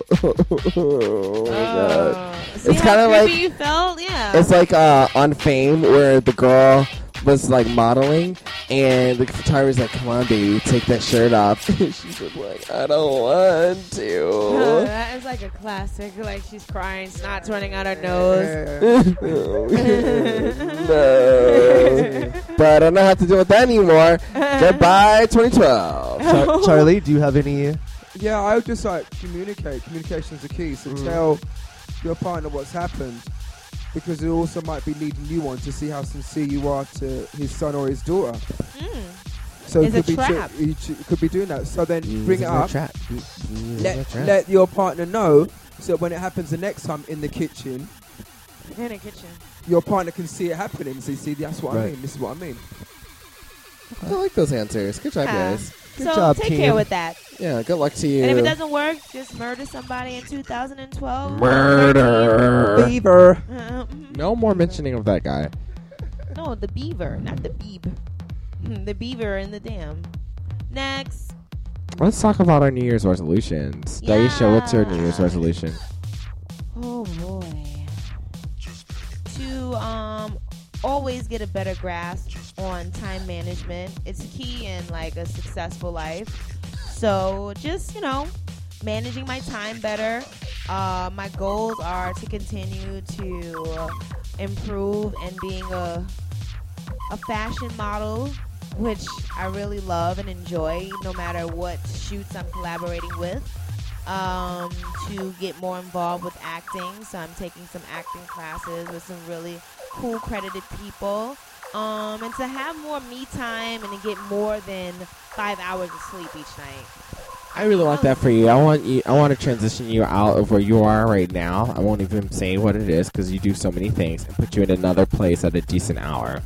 Oh.
God.
See
It's
how
kinda
creepy
like-
you felt, yeah.
It's like uh, on Fame where the girl was like modeling and the photographer's like, come on, baby, take that shirt off. And She's just like, I don't want
Uh,
to.
that is like a classic. Like she's crying, snot's running out her nose.
no. But I don't have to deal with that anymore. Goodbye, 2012.
Char- Charlie, do you have any?
Yeah, I would just like communicate. Communication is the key. So
Mm.
tell your partner what's happened because it
Hmm.
also might be leading you on to see how sincere you are to his son or his daughter. So
It's
you
a
could, be chi-
trap.
you ch- you could be doing that. So then
Mm,
bring it up.
Trap.
Let, let your partner know so when it happens the next time in the kitchen,
in the kitchen.
your partner can see it happening. So you see, that's what I
Right.
mean. This is what I mean.
I like those answers. Good job,
Yeah.
guys.
Good
so
job,
take
team.
care with that.
Yeah, good luck to you.
Ah. And if it doesn't work, just murder somebody in 2012.
Murder.
Beaver.
Uh, mm-hmm.
No more mentioning of that guy.
No, the beaver, not the beeb. Hmm, The beaver in the dam. Next.
Let's talk about our New Year's resolutions. Daisha, what's your New Year's
Yeah.
resolution?
Oh boy. To um always get a better grasp on time management. It's key in like a successful life. So just, you know, managing my time better. Uh, my goals are to continue to improve and being a a fashion model, which I really love and enjoy no matter what shoots I'm collaborating with um, to get more involved with acting. So I'm taking some acting classes with some really cool credited people. Um, and to have more me time and to get more than five hours of sleep each night.
I really want that for you. I want you. I want to transition you out of where you are right now. I won't even say what it is because you do so many things and put you in another place at a decent hour.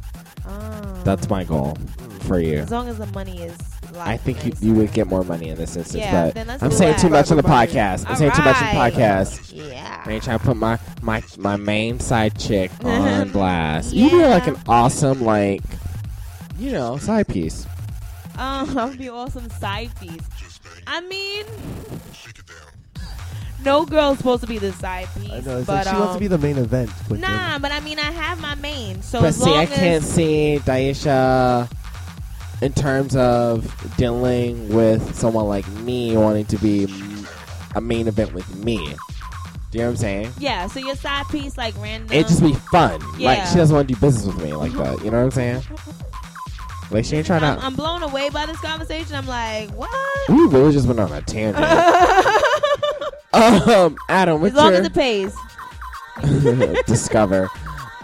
Um,
That's my goal for you.
As long as the money is.
I think you,
nice.
you would get more money in this instance,
Yeah,
but
then let's
I'm
do
saying
that.
too much on the
Alright.
podcast. I'm saying too much on the
Alright.
podcast. I
Yeah.
ain't trying to put my my my main side chick on blast. You'd be like an awesome like, you know, side piece.
Um, that would be awesome side piece. I mean, no girl's supposed to be the side piece.
I know. It's
but
like she wants to
um,
be the main event. Quentin.
Nah, but I mean, I have my main. So
but
as
see,
long
I
as
can't see Daisha in terms of dealing with someone like me wanting to be m- a main event with me. Do you know what I'm saying?
Yeah, so your side piece like random.
It'd just be fun. Like
Uh-huh. Yeah.
she doesn't want to do business with me like that. You know what I'm saying? Like she ain't trying
I'm,
to.
I'm blown away by this conversation. I'm like, what?
We really just went on a tangent.
as
um, Adam, what's
long
your
Uh-huh. as it pays.
discover.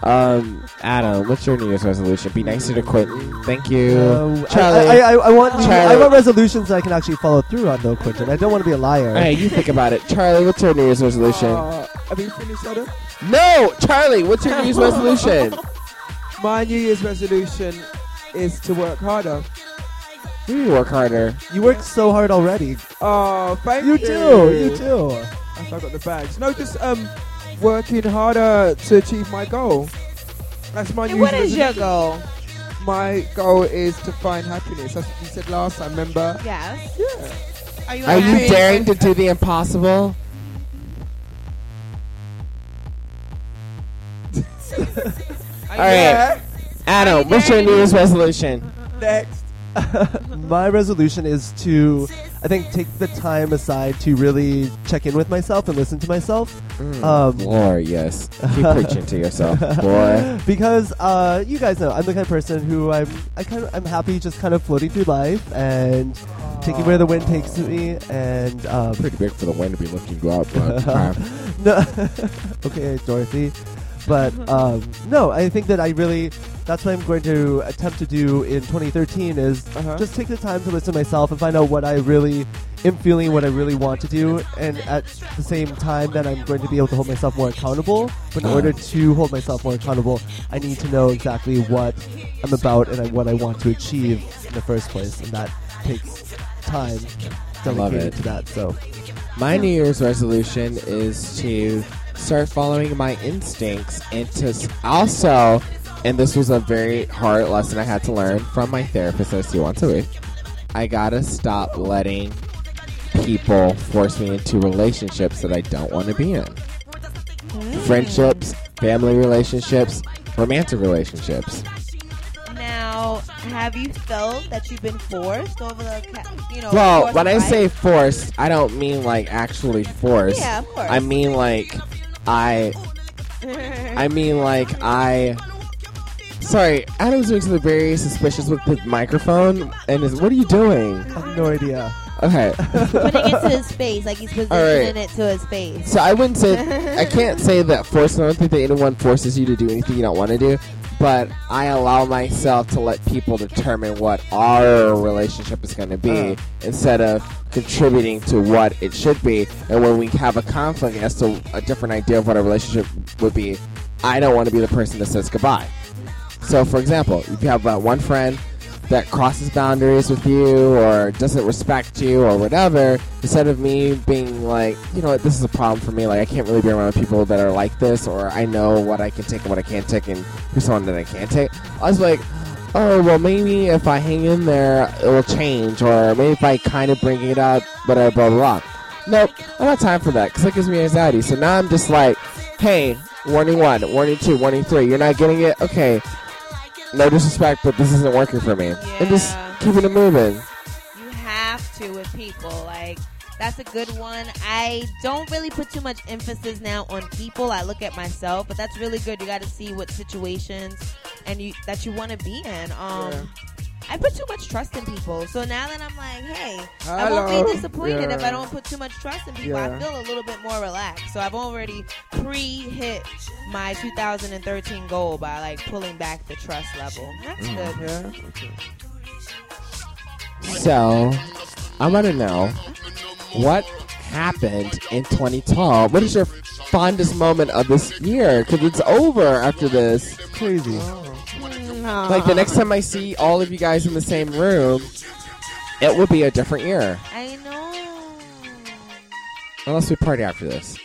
Um, Adam, what's your New Year's resolution? Be nicer to Quentin. Thank you,
No, I-
Charlie.
I, I, I want I
Charlie.
want resolutions that I can actually follow through on though, Quentin. I don't want to be a liar.
hey, you think about it. Charlie, what's your New Year's resolution?
Uh, have you finished, Adam?
no, Charlie, what's your New Year's resolution?
My New Year's resolution is to work harder.
You need to work harder.
You work so hard already.
Oh, thank you.
You do. You do.
I got the badge. No, just um, working harder to achieve my goal. That's my
And
new
what is your goal?
My goal is to find happiness. That's what you said last time, remember?
Yes.
Yeah.
Are you
Are you
unhappy?
daring to do the impossible?
Are
All
you-
right,
Are
Adam,
you
what's your
daring?
New Year's resolution?
Next.
My resolution is to, I think, take the time aside to really check in with myself and listen to myself.
Mm.
Um,
Lord, yes. Keep preaching to yourself, boy.
because uh, you guys know I'm the kind of person who I'm I kind of I'm happy just kind of floating through life and taking where the wind takes me and um,
Pretty big for the wind to be lifting you up, but uh,
No, okay, Dorothy. But
Mm-hmm.
um, no, I think that I really that's what I'm going to attempt to do in 2013 is
Uh-huh.
just take the time to listen to myself and find out what I really am feeling, what I really want to do, and at the same time that I'm going to be able to hold myself more accountable. But in
Uh-huh.
order to hold myself more accountable, I need to know exactly what I'm about and I- what I want to achieve in the first place, and that takes time
I love
dedicated
it.
to that. So
My New Year's resolution is to start following my instincts and to s- also, and this was a very hard lesson I had to learn from my therapist I see once a week. I gotta stop letting people force me into relationships that I don't want to be in. Friendships, family relationships, romantic relationships.
Now, have you felt that you've been forced over the, ca- you know?
Well,
course
when
Oh, of
I
life?
say forced, I don't mean like actually forced.
Yeah, of course.
I mean like I I mean, like, I. Sorry, Adam's doing something very suspicious with the microphone. And is what are you doing?
I have no idea.
Okay,
putting it to his face, like he's positioning it to his face.
so I wouldn't say I can't say that force. I don't think that anyone forces you to do anything you don't want to do. but I allow myself to let people determine what our relationship is going to be instead of contributing to what it should be. And when we have a conflict as to a different idea of what a relationship would be, I don't want to be the person that says goodbye. So, for example, if you have uh, one friend that crosses boundaries with you or doesn't respect you or whatever, instead of me being like, you know what, this is a problem for me, like, I can't really be around people that are like this, or I know what I can take and what I can't take, and here's someone that I can't take, I was like, oh, well, maybe if I hang in there, it will change, or maybe if I kind of bring it up, whatever, blah, blah, blah. Nope, I don't have time for that because that gives me anxiety. So now I'm just like, hey, warning one, warning two, warning three, you're not getting it? Okay, no disrespect, but this isn't working for me. And just
Yeah.
keeping it moving.
You have to with people. Like, that's a good one. I don't really put too much emphasis now on people. I look at myself, but that's really good. You got to see what situations and you that you want to be in. Um,
Yeah.
I put too much trust in people. So now that I'm like, hey, I won't
Hello.
be disappointed if
Yeah.
I don't put too much trust in people.
Yeah.
I feel a little bit more relaxed. So I've already pre-hit my 2013 goal by like pulling back the trust level. That's good.
Mm. Yeah.
So, I want to know what happened in 2012. What is your fondest moment of this year? Because it's over after this.
Crazy.
Like
Uh-huh.
the next time I see all of you guys in the same room, it will be a different year.
I know.
Unless we party after this.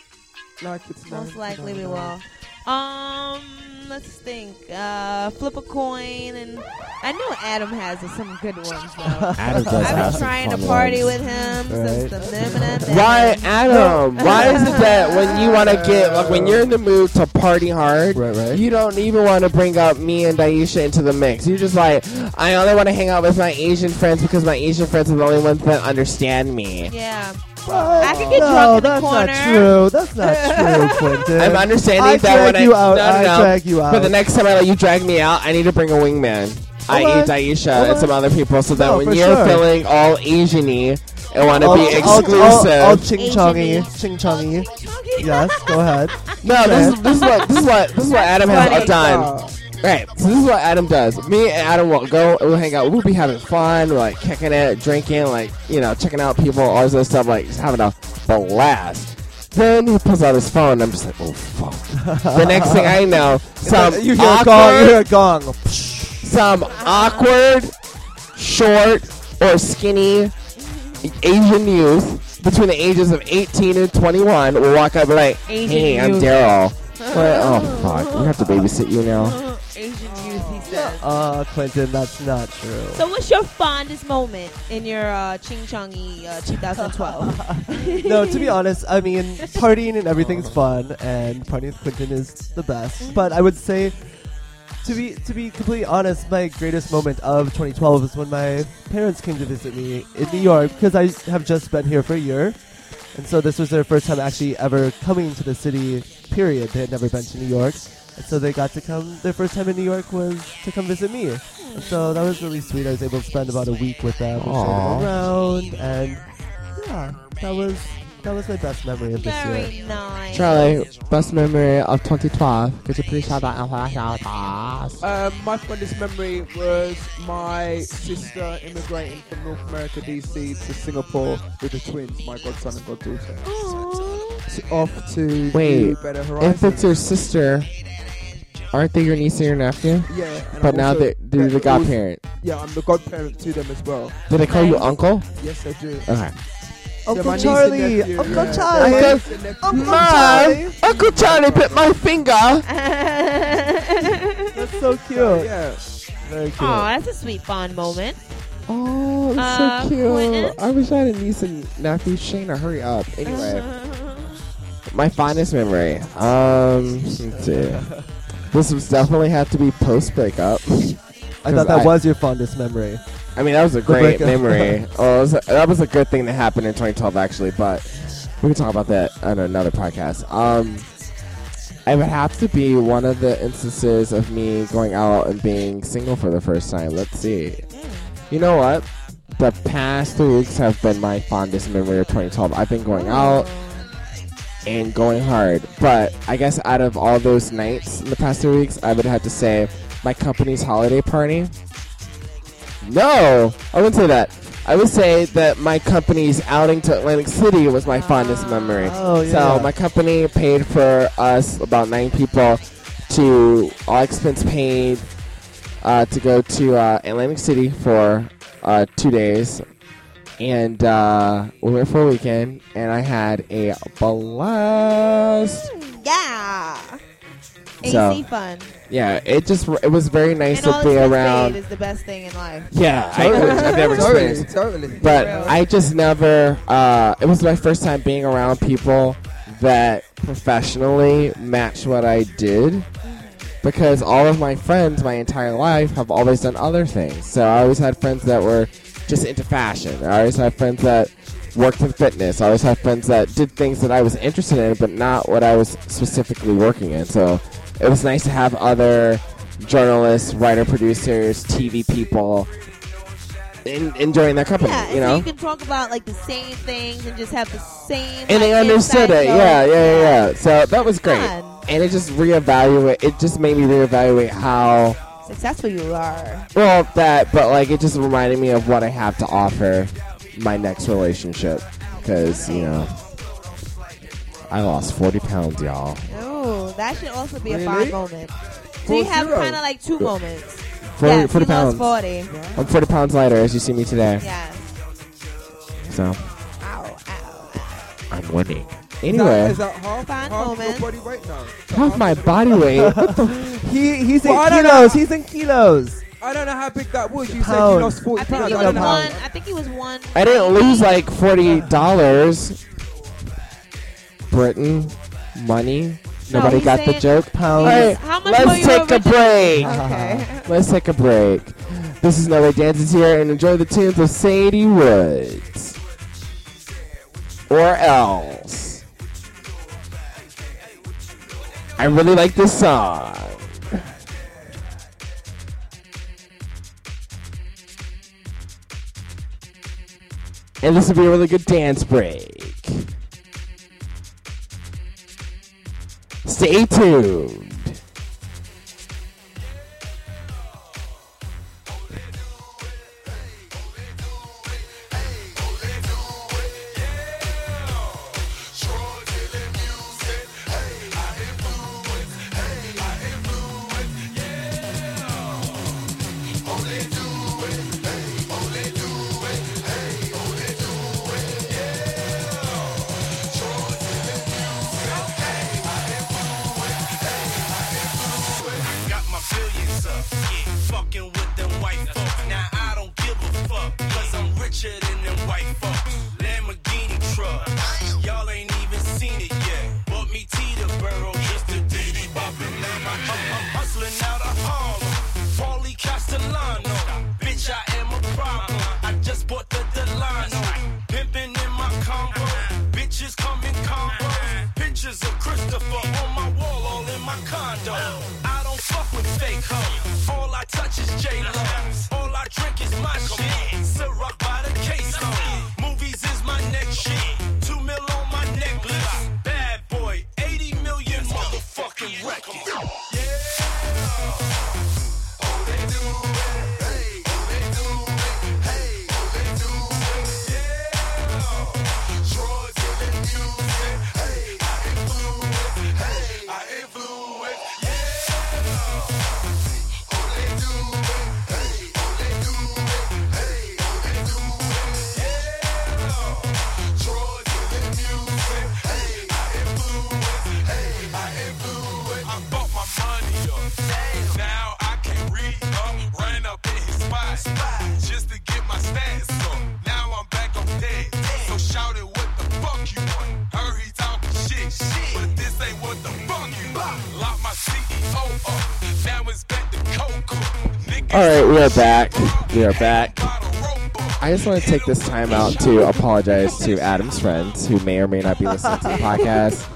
Like it's
Most
nine-
likely
nine-
we
nine.
will. Um, let's think. Uh, flip a coin, and I know Adam has some good ones. Though.
Adam does
I've
have
been
some
trying to
fun
party
ones.
with him since the
Why, Adam? Why is it that when you want to get, like, when you're in the mood to party hard,
Right, right.
you don't even want to bring up me and Daisha into the mix? You're just like, I only want to hang out with my Asian friends because my Asian friends are the only ones that understand me.
Yeah.
I
could get
no,
drunk in the
that's not
corner.
true. That's not true, Quentin.
I'm understanding
I
that when
drag you
I, no,
out.
no,
I
no.
drag you out.
But the next time I let you drag me out, I need to bring a wingman, i.e.,
Okay.
Daisha and
Okay.
some other people, so that
No,
when
for
you're
sure.
feeling all Asian-y and want to
I'll-
be
I'll-
exclusive.
I'll, I'll ching chongy, ching chongy. Yes, go ahead.
no, this is, this is what this is what this is what Adam has
Funny.
done.
Oh,
Right, so this is what Adam does. Me and Adam will go, we'll hang out, we'll be having fun, we're like kicking it, drinking, like, you know, checking out people, all this other stuff, like, just having a blast. Then he pulls out his phone, and I'm just like, oh, fuck. the next thing I know, some,
you hear a gong. You hear
awkward,
a gong.
some awkward, short, or skinny Asian youth between the ages of 18 and 21 will walk up and be like,
Asian
hey, I'm
youth.
Daryl. Like, oh, fuck, we have to babysit you now.
Asian youth, he says.
Uh, Quentin, that's not true.
So, what's your fondest moment in your uh, Ching Chongy uh, 2012?
no, to be honest, I mean, partying and everything's fun, and partying with Quentin is the best. But I would say, to be to be completely honest, my greatest moment of 2012 is when my parents came to visit me in New York because I have just been here for a year, and so this was their first time actually ever coming to the city. Period. They had never been to New York, and so they got to come. Their first time in New York was to come visit me, and so that was really sweet. I was able to spend about a week with them, and
Aw.
stayed around, and yeah, that was that was my best memory of this year.
Very nice.
Charlie, best memory of 2012. Could you please shout out and flash out us?
Um, my fondest memory was my sister immigrating from North America, DC to Singapore with the twins, my godson and goddaughter. To- Off to
Wait,
new better
If it's
horizons.
your sister, aren't they your niece and your nephew?
yeah, and
But
I'm
now
also-
they're, they're the
yeah, also-
godparent.
Yeah, I'm the godparent to them as well.
Do they call you uncle?
Yes, they do.
Okay.
my
Uncle
niece and
Charlie,
nephew,
Uncle
yeah.
Charlie,
My niece and nephew.
Mom, Uncle Charlie bit my finger.
that's so cute.
Yeah.
Very cute.
Aw, that's a sweet, fond moment.
Oh, it's
Uh,
so cute.
Quentin?
I wish I had a niece and nephew. Shayna, hurry up.
Uh-huh.
Anyway, my fondest memory. Um, let's see. This was definitely had to be post breakup.
I thought that
I-
was your fondest memory.
I mean, that was a great
breakup.
memory. oh, it was a- that was a good thing that happened in 2012, actually. But we can talk about that on another podcast. Um, it would have to be one of the instances of me going out and being single for the first time. Let's see. You know what? The past three weeks have been my fondest memory of 2012. I've been going out and going hard. But I guess out of all those nights in the past three weeks, I would have to say my company's holiday party? No, I wouldn't say that. I would say that my company's outing to Atlantic City was my fondest memory.
Oh, yeah.
So my company paid for us about nine people to all expense paid uh, to go to uh, Atlantic City for uh, two days, and uh, we went for a weekend, and I had a blast.
Yeah. AC
So-
fun.
Yeah, it just it was very nice
and all
to be
expense
around.
paid is the best thing in life.
Yeah, I, have never
Totally,
experienced.
totally.
But
Really?
I just never. Uh, it was my first time being around people that professionally match what I did, because all of my friends, my entire life, have always done other things. So I always had friends that were just into fashion. I always had friends that worked in fitness. I always had friends that did things that I was interested in, but not what I was specifically working in. So it was nice to have other journalists, writer, producers, TV people. In, enjoying their company,
Yeah,
you know
so you can talk about like the same things and just have the same.
and
like,
they understood
inside
it.
joke.
Yeah, yeah, yeah, yeah. So that was great,
Fun.
and it just reevaluate. It just made me reevaluate how
Successful you are.
well that, but like it just reminded me of what I have to offer my next relationship because you know I lost forty pounds, y'all.
Oh, that should also be a
Really?
fun moment. So you have
zero.
kind of like two moments.
40,
yes,
40
you
pounds.
Lost Forty.
I'm forty pounds lighter as you see me today.
Yes.
So
Ow, ow.
I'm winning.
Is that,
Anyway,
is that half,
Fine
half your
moment.
body weight now?
half my body weight.
He he's in
Well, I don't
kilos.
know.
He's in kilos.
I don't know how big that was. You said you
Pounds.
lost 40
I think
pounds.
he
I
was one.
don't know.
pounds.
I think he was one.
I didn't lose like forty dollars. Britain, money.
No,
Nobody
he's
got the
saying-
joke.
Pounds.
All right,
How much were
let's
you
take a
originally?
break.
Okay.
Let's take a break. This is No Way Dances here, and enjoy the tunes of Sadie Woods. Or else. I really like this song. And this will be a really good dance break. Stay tuned.
Got my billions up, yeah, fucking with them white folks. Now I don't give a fuck, cause I'm richer than them white folks. Lamborghini truck, y'all ain't even seen it yet. Bought me Teterboro just to diddy bopping. Now I'm, I'm, I'm hustling out of Harlem, Pauly Castellano. Bitch, I am a problem, I just bought the Delano. Pimpin' in my combo, bitches come in combos. Pictures of Christopher on my wall, all in my condo. I don't fuck with fake hoes. All I touch is J Lo. All I drink is my shit. Syrup by the case Movies is my next shit. Two mil on my necklace. Bad boy, 80 million motherfucking records. I bought my money up. Now I can read up. Ran up in his spot just to get my stats up. Now I'm back on dead. So shout it, what the fuck you want? Heard he talking shit, but this ain't what the fuck you want. Lock my CEO up. Now it's back to Coco. Niggas
All right, we are back. We are back.
bottle rope up.
I just want to take this time out to apologize to Adam's friends who may or may not be listening to the podcast.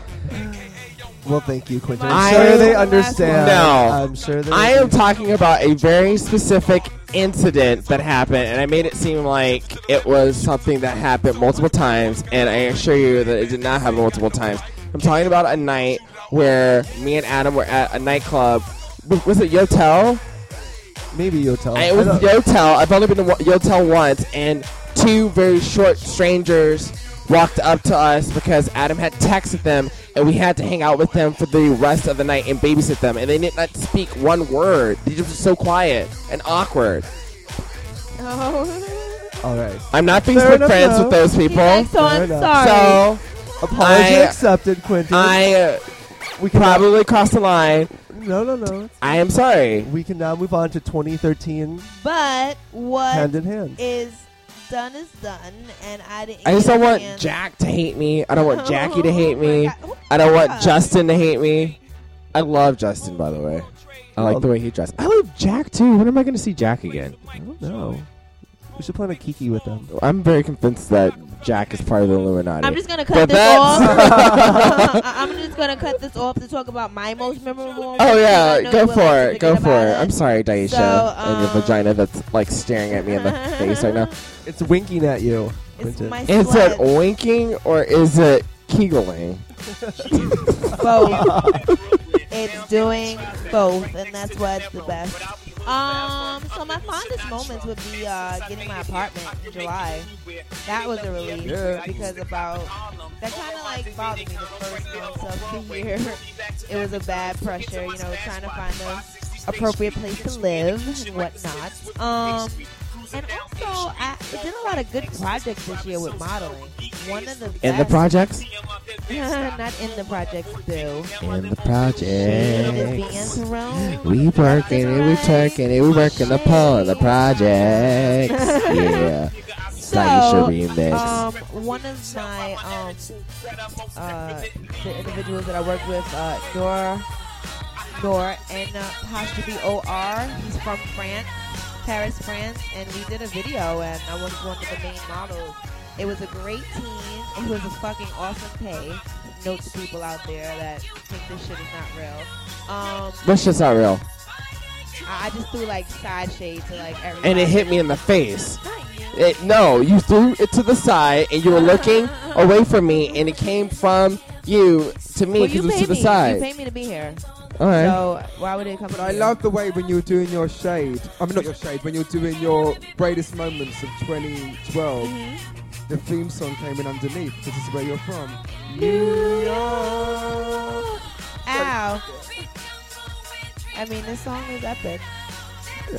Well, thank you, Quentin. I'm
I-
sure they understand.
No.
I'm sure they.
I am talking about a very specific incident that happened, and I made it seem like it was something that happened multiple times, and I assure you that it did not happen multiple times. I'm talking about a night where me and Adam were at a nightclub. W- Was it Yotel?
Maybe Yotel.
I- it was
don't-
Yotel. I've only been to Wo- Yotel once, and two very short strangers walked up to us because Adam had texted them, and we had to hang out with them for the rest of the night and babysit them. And they did not speak one word. They just were so quiet and awkward.
Oh.
All right.
I'm not being
Fair
good
enough,
friends
though.
with those
He's
people.
like, so I'm
Fair enough.
sorry.
so
Apology
I-
accepted, Quentin.
I uh,
we can
probably crossed the line.
no, no, no.
I am sorry.
We can now move on to 2013,
But what
hand in hand.
is done is done, and I didn't.
I just
get
don't
a
want
chance.
Jack to hate me. I don't want Jackie to hate
Oh my
me.
God. Oh my
I don't want
God.
Justin to hate me. I love Justin, by the way. I like the way he dressed. I love Jack too. When am I going to see Jack again?
No, we should plan a kiki with them.
I'm very convinced that Jack is part of the Illuminati.
I'm just gonna
But
cut this off. I- I'm just gonna cut this off to talk about my most memorable.
Oh
I
yeah,
know
go
you would like
for
to
it. Go
forget
for
about
it. I'm sorry, Daisha,
So,
and your
um,
vagina that's like staring at me in the face right now.
It's winking at you,
It's
Quentin.
my
Is
sweat.
it winking or is it kegling?
both. it's doing both, and that's what's the best. Um, so my fondest moments would be uh, getting my apartment in July. That was a relief because about that kind of like bothered me the first months of the year. It was a bad pressure, you know, trying to find the appropriate place to live and whatnot. Um, and also I did a lot of good projects this year with modeling. One of the
In the
best-
projects?
not in the projects, Bill.
In the
Being
projects.
thrown.
We working and we twerking and we working upon the projects. Yeah.
So,
Like you should remix.
um, one of my um, uh, the individuals that I work with, uh, Nora, Nora, and uh, apostrophe O R. He's from France, Paris, France, and we did a video, and I was one of the main models. It was a great team. It was a fucking awesome pay. Note to people out there that think this shit is not real. Um,
That's just not real.
I I just threw like side shade to like everybody.
And it hit me in the face. It, no, you threw it to the side and you were looking away from me and it came from you to me
Well,
because
you
it was
paid
to the
me. You
side.
paid me to be here.
All right.
So why would it come?
But
to
I
you?
love the way when you were doing your shade. I mean, not your shade. When you were doing your greatest moments of 2012,
Mm-hmm.
the theme song came in underneath. This is where you're from.
New York. Ow. I mean, this song is epic.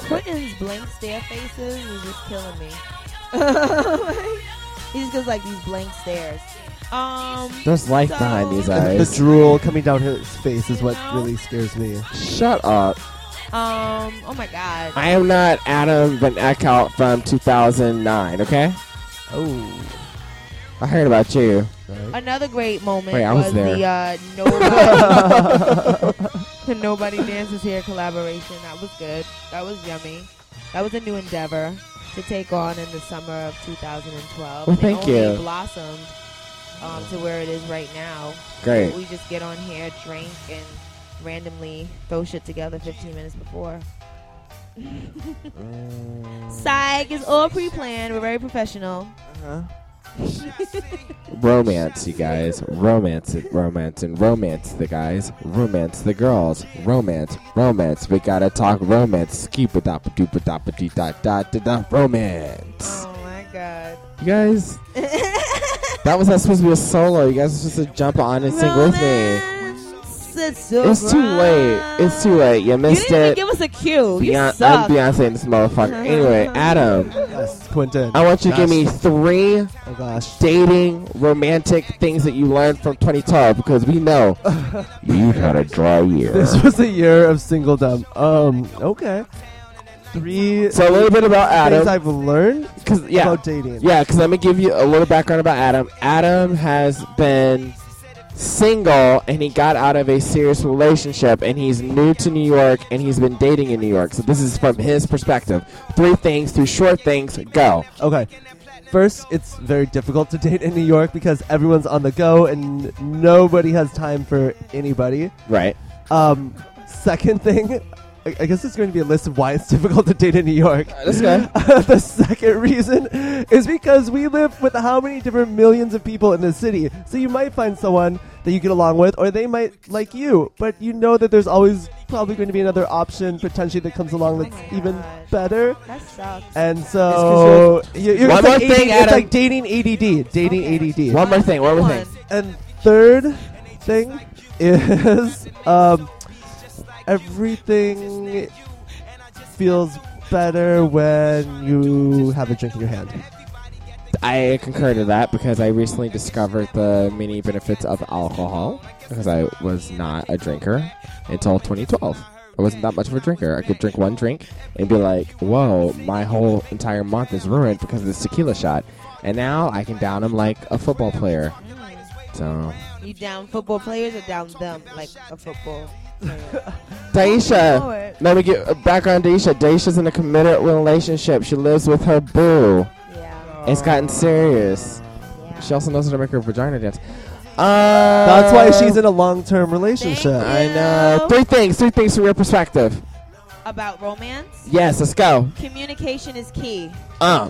Quentin's blank stare faces is just killing me. he just goes like these blank stares. Um,
There's life behind these
So-
The
eyes.
drool coming down his face is what
No.
really scares me.
Shut up.
um, oh my god.
I am not Adam Van Eckhout from 2009, okay?
Oh,
I heard about you.
Another great moment
Wait, I was
was,
there.
the uh, nobody, the nobody dances here collaboration. That was good. That was yummy. That was a new endeavor to take on in the summer of 2012.
Well,
It
thank
only
you.
Blossomed um, to where it is right now.
Great.
We just get on here, drink, and randomly throw shit together 15 minutes before.
Mm.
Psych is all pre-planned. We're very professional.
Uh-huh. Romance, you guys. Romance it, romance and romance the guys. Romance the girls. Romance, romance. We gotta talk romance. Keep it up, doop it up, dee dot dot dot dot. Romance.
Oh my god.
You guys, that was not supposed to be a solo. You guys were supposed to jump on and sing with me.
Romance, It's, so
It's too late. It's too late. You
You
missed
didn't even
it.
give us a cue. You
Beyonce, I'm
suck.
Beyonce in this motherfucker. Anyway, Adam,
yes, Quentin.
I want you to give me
Gosh.
three
Oh gosh.
dating, romantic things that you learned from 2012 because we know you've had a dry year.
This was the year of singledom. Um, okay. Three
So a little bit about
things
Adam,
I've learned
because yeah,
about dating.
yeah, because let me give you a little background about Adam. Adam has been single and he got out of a serious relationship and he's new to New York and he's been dating in New York. So this is from his perspective. Three things, three short things. Go.
Okay. First, it's very difficult to date in New York because everyone's on the go and nobody has time for anybody.
Right.
Um, second thing, I I guess it's going to be a list of why it's difficult to date in New York.
Let's go.
the second reason is because we live with how many different millions of people in the city. So you might find someone that you get along with, or they might like you, but you know that there's always probably going to be another option potentially that comes along that's
Oh my
even
God.
better.
That sucks.
Uh,
And so you you're,
One
it's, like
more thing,
ADD, it's
Adam.
like dating ADD, dating
Okay.
ADD.
One more thing. One more thing.
And third thing is um, everything feels better when you have a drink in your hand.
I concur to that because I recently discovered the many benefits of alcohol because I was not a drinker until 2012. I wasn't that much of a drinker. I could drink one drink and be like, whoa, my whole entire month is ruined because of this tequila shot. And now I can down him like a football player. So,
You down football players or down them like a football player?
Daisha,
Lord.
let me get uh, back on Daisha. Daisha's in a committed relationship. She lives with her boo.
Yeah.
It's gotten serious.
yeah.
She also knows how to make her vagina dance. Uh,
That's why she's in a long-term relationship.
Thank
I know.
No.
Uh, Three things. Three things from your perspective.
About romance?
Yes, let's go.
Communication is key.
Uh,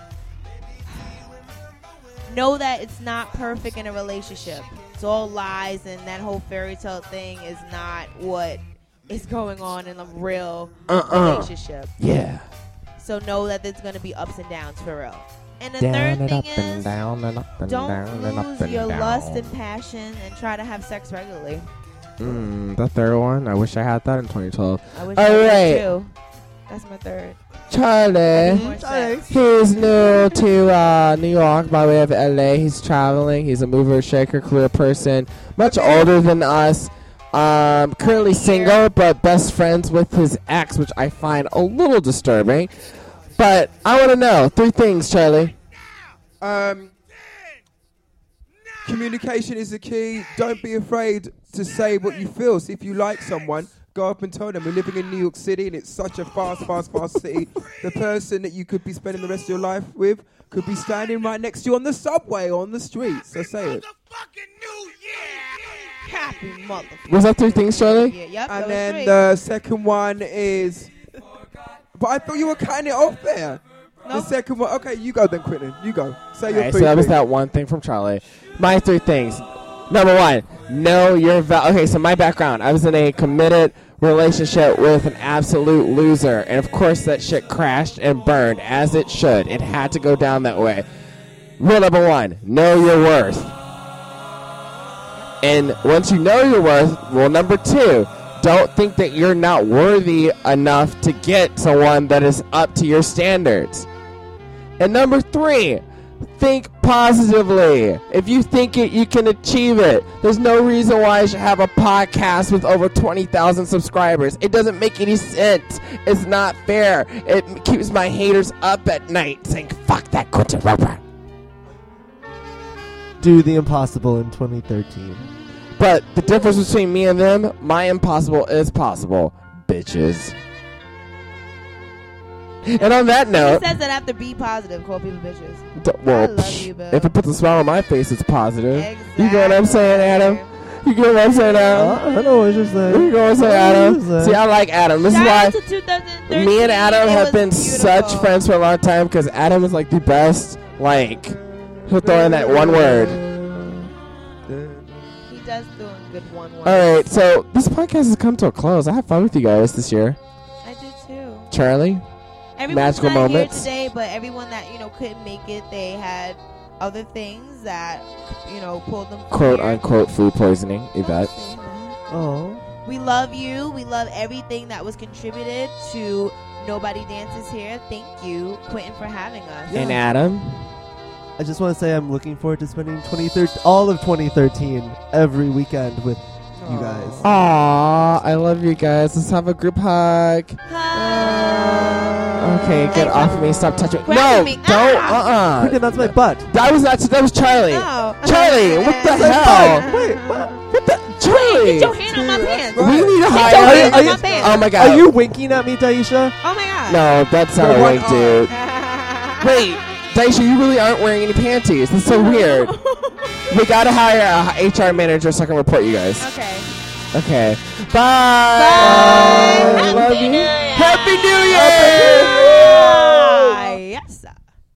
Know that it's not perfect in a relationship. It's all lies, and that whole fairy tale thing is not what is going on in a real
Uh-uh.
relationship.
yeah.
So know that there's going to be ups and downs for real. And the
Down
third
and
thing
up and
is
down and up and
don't
down and up
lose
and
your
down.
lust and passion and try to have sex regularly.
Mm, the third one. I wish I had that in 2012.
I wish
All
I
right.
did too. That's my third.
Charlie.
More sex.
He's new to uh, New York by way of LA. He's traveling. He's a mover, shaker, career person. Much older than us. Um, currently single, but best friends with his ex, which I find a little disturbing. But I want to know three things, Charlie.
Um, communication is the key. Don't be afraid to say what you feel. So if you like someone, go up and tell them. We're living in New York City, and it's such a fast, fast, fast city. The person that you could be spending the rest of your life with could be standing right next to you on the subway or on the street. So say it.
Happy motherfucker.
Was that three things, Charlie?
Yeah, yep.
And
those
then
three.
the second one is. But I thought you were cutting it off there. The
Nope.
second one. Okay, you go then, Quentin. You go. Say your
Alright, so
three
that was
things.
that one thing from Charlie. My three things. Number one, know your value. Okay, so my background. I was in a committed relationship with an absolute loser, and of course that shit crashed and burned as it should. It had to go down that way. Rule number one: know your worth. And once you know your worth, rule number two: don't think that you're not worthy enough to get someone that is up to your standards. And number three, think positively. If you think it, you can achieve it. There's no reason why I should have a podcast with over 20,000 subscribers. It doesn't make any sense. It's not fair. It m- keeps my haters up at night saying, fuck that Quentin Roper.
Do the impossible in 2013.
But the difference between me and them, my impossible is possible, bitches. And on that
He
note,
says that after be positive, call people bitches.
d- well,
love you, boo.
if it puts a smile on my face, it's positive.
Exactly.
You know what I'm saying, Adam? You get what I'm saying, Adam?
Uh, I don't know what you're saying.
You know what I'm
What
saying,
is that?
Adam? See, I like Adam. This is
Shout
why
out to 2013.
me and Adam
It
have
was
been such
beautiful.
friends for a long time because Adam is like the best. Like, he'll throw in that one word.
He does doing good one words.
All right, so this podcast has come to a close. I had fun with you guys this year,
I did too.
Charlie.
Everyone's
Magical
not
moments.
here today, but everyone that you know couldn't make it, they had other things that you know pulled them. from
Quote
here.
unquote food poisoning.
Don't
Yvette.
say that.
Oh,
We love you. We love everything that was contributed to Nobody Dances Here. Thank you, Quentin, for having us.
And Adam.
I just want to say I'm looking forward to spending 2013, all of 2013, every weekend with you guys.
Aww, I love you guys. Let's have a group hug.
Hi.
Okay, get off of me. Stop touching me. No,
Grabbing me. Ah.
don't.
Uh,
Uh uh
that's my butt.
That was not. That was Charlie.
No.
Charlie, what the hell?
Wait, what?
What the? Charlie!
Get your hand on my pants.
We need a higher. Are
your
you-
hand
are
on
you-
my pants.
oh my god.
Are you winking at me, Daisha?
Oh my god.
No, that's not a
You're one
wink, dude. Wait, Daisha, you really aren't wearing any panties. That's so weird. we gotta hire a h- HR manager so I can report you guys.
Okay.
Okay. Bye.
Bye.
Love you. Happy New Year!